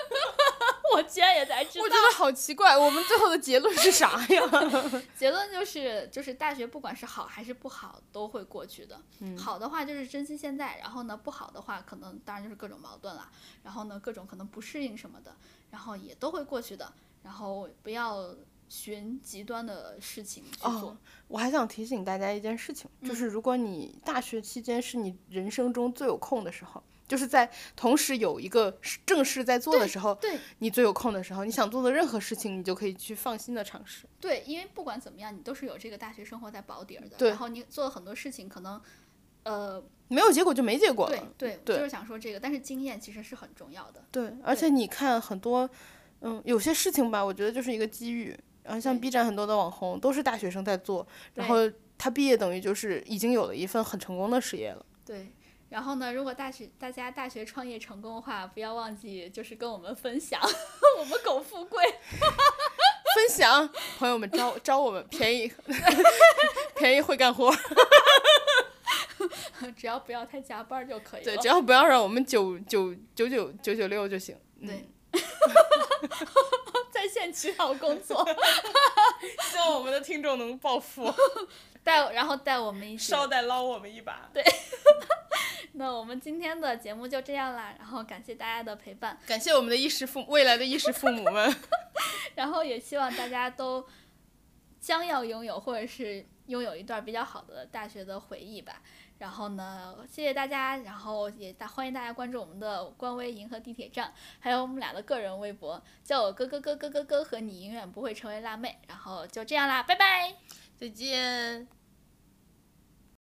S1: 我居然也才知道
S2: 我，觉得好奇怪，我们最后的结论是啥呀？
S1: 结论就是，就是大学不管是好还是不好，都会过去的。
S2: 嗯
S1: 好的话就是珍惜现在，然后呢，不好的话可能当然就是各种矛盾啦，然后呢，各种可能不适应什么的，然后也都会过去的。然后不要寻极端的事情去做。
S2: 哦我还想提醒大家一件事情，
S1: 嗯
S2: 就是如果你大学期间是你人生中最有空的时候，就是在同时有一个事正事在做的时候，
S1: 对
S2: 你最有空的时候，你想做的任何事情，你就可以去放心的尝试。
S1: 对，因为不管怎么样，你都是有这个大学生活在保底儿的。
S2: 对
S1: 然后你做了很多事情，可能，呃，
S2: 没有结果就没结果
S1: 对
S2: 了。
S1: 对，
S2: 对
S1: 就是想说这个，但是经验其实是很重要的。
S2: 对而且你看很多，嗯，有些事情吧，我觉得就是一个机遇。然后像
S1: 对
S2: B 站很多的网红都是大学生在做，然后他毕业等于就是已经有了一份很成功的事业了。
S1: 对。然后呢，如果大学大家大学创业成功的话，不要忘记就是跟我们分享， 我们苟富贵。
S2: 分享，朋友们招招我们便宜， 便宜会干活。
S1: 只要不要太加班儿就可以
S2: 对，
S1: 了。
S2: 只要不要让我们九九九九九九六就行。
S1: 对， 在线指导工作，
S2: 希望我们的听众能暴 富，
S1: 带然后带我们一起。
S2: 带捞我们一把。对，
S1: 那我们今天的节目就这样啦，然后感谢大家的陪伴，
S2: 感谢我们的衣食父未来的衣食父母们。
S1: 然后也希望大家都将要拥有或者是拥有一段比较好的大学的回忆吧。然后呢，谢谢大家，然后也大欢迎大家关注我们的官微“银河地铁站”，还有我们俩的个人微博，叫我哥哥哥哥哥哥和你永远不会成为辣妹。然后就这样啦，拜拜。
S2: 再见。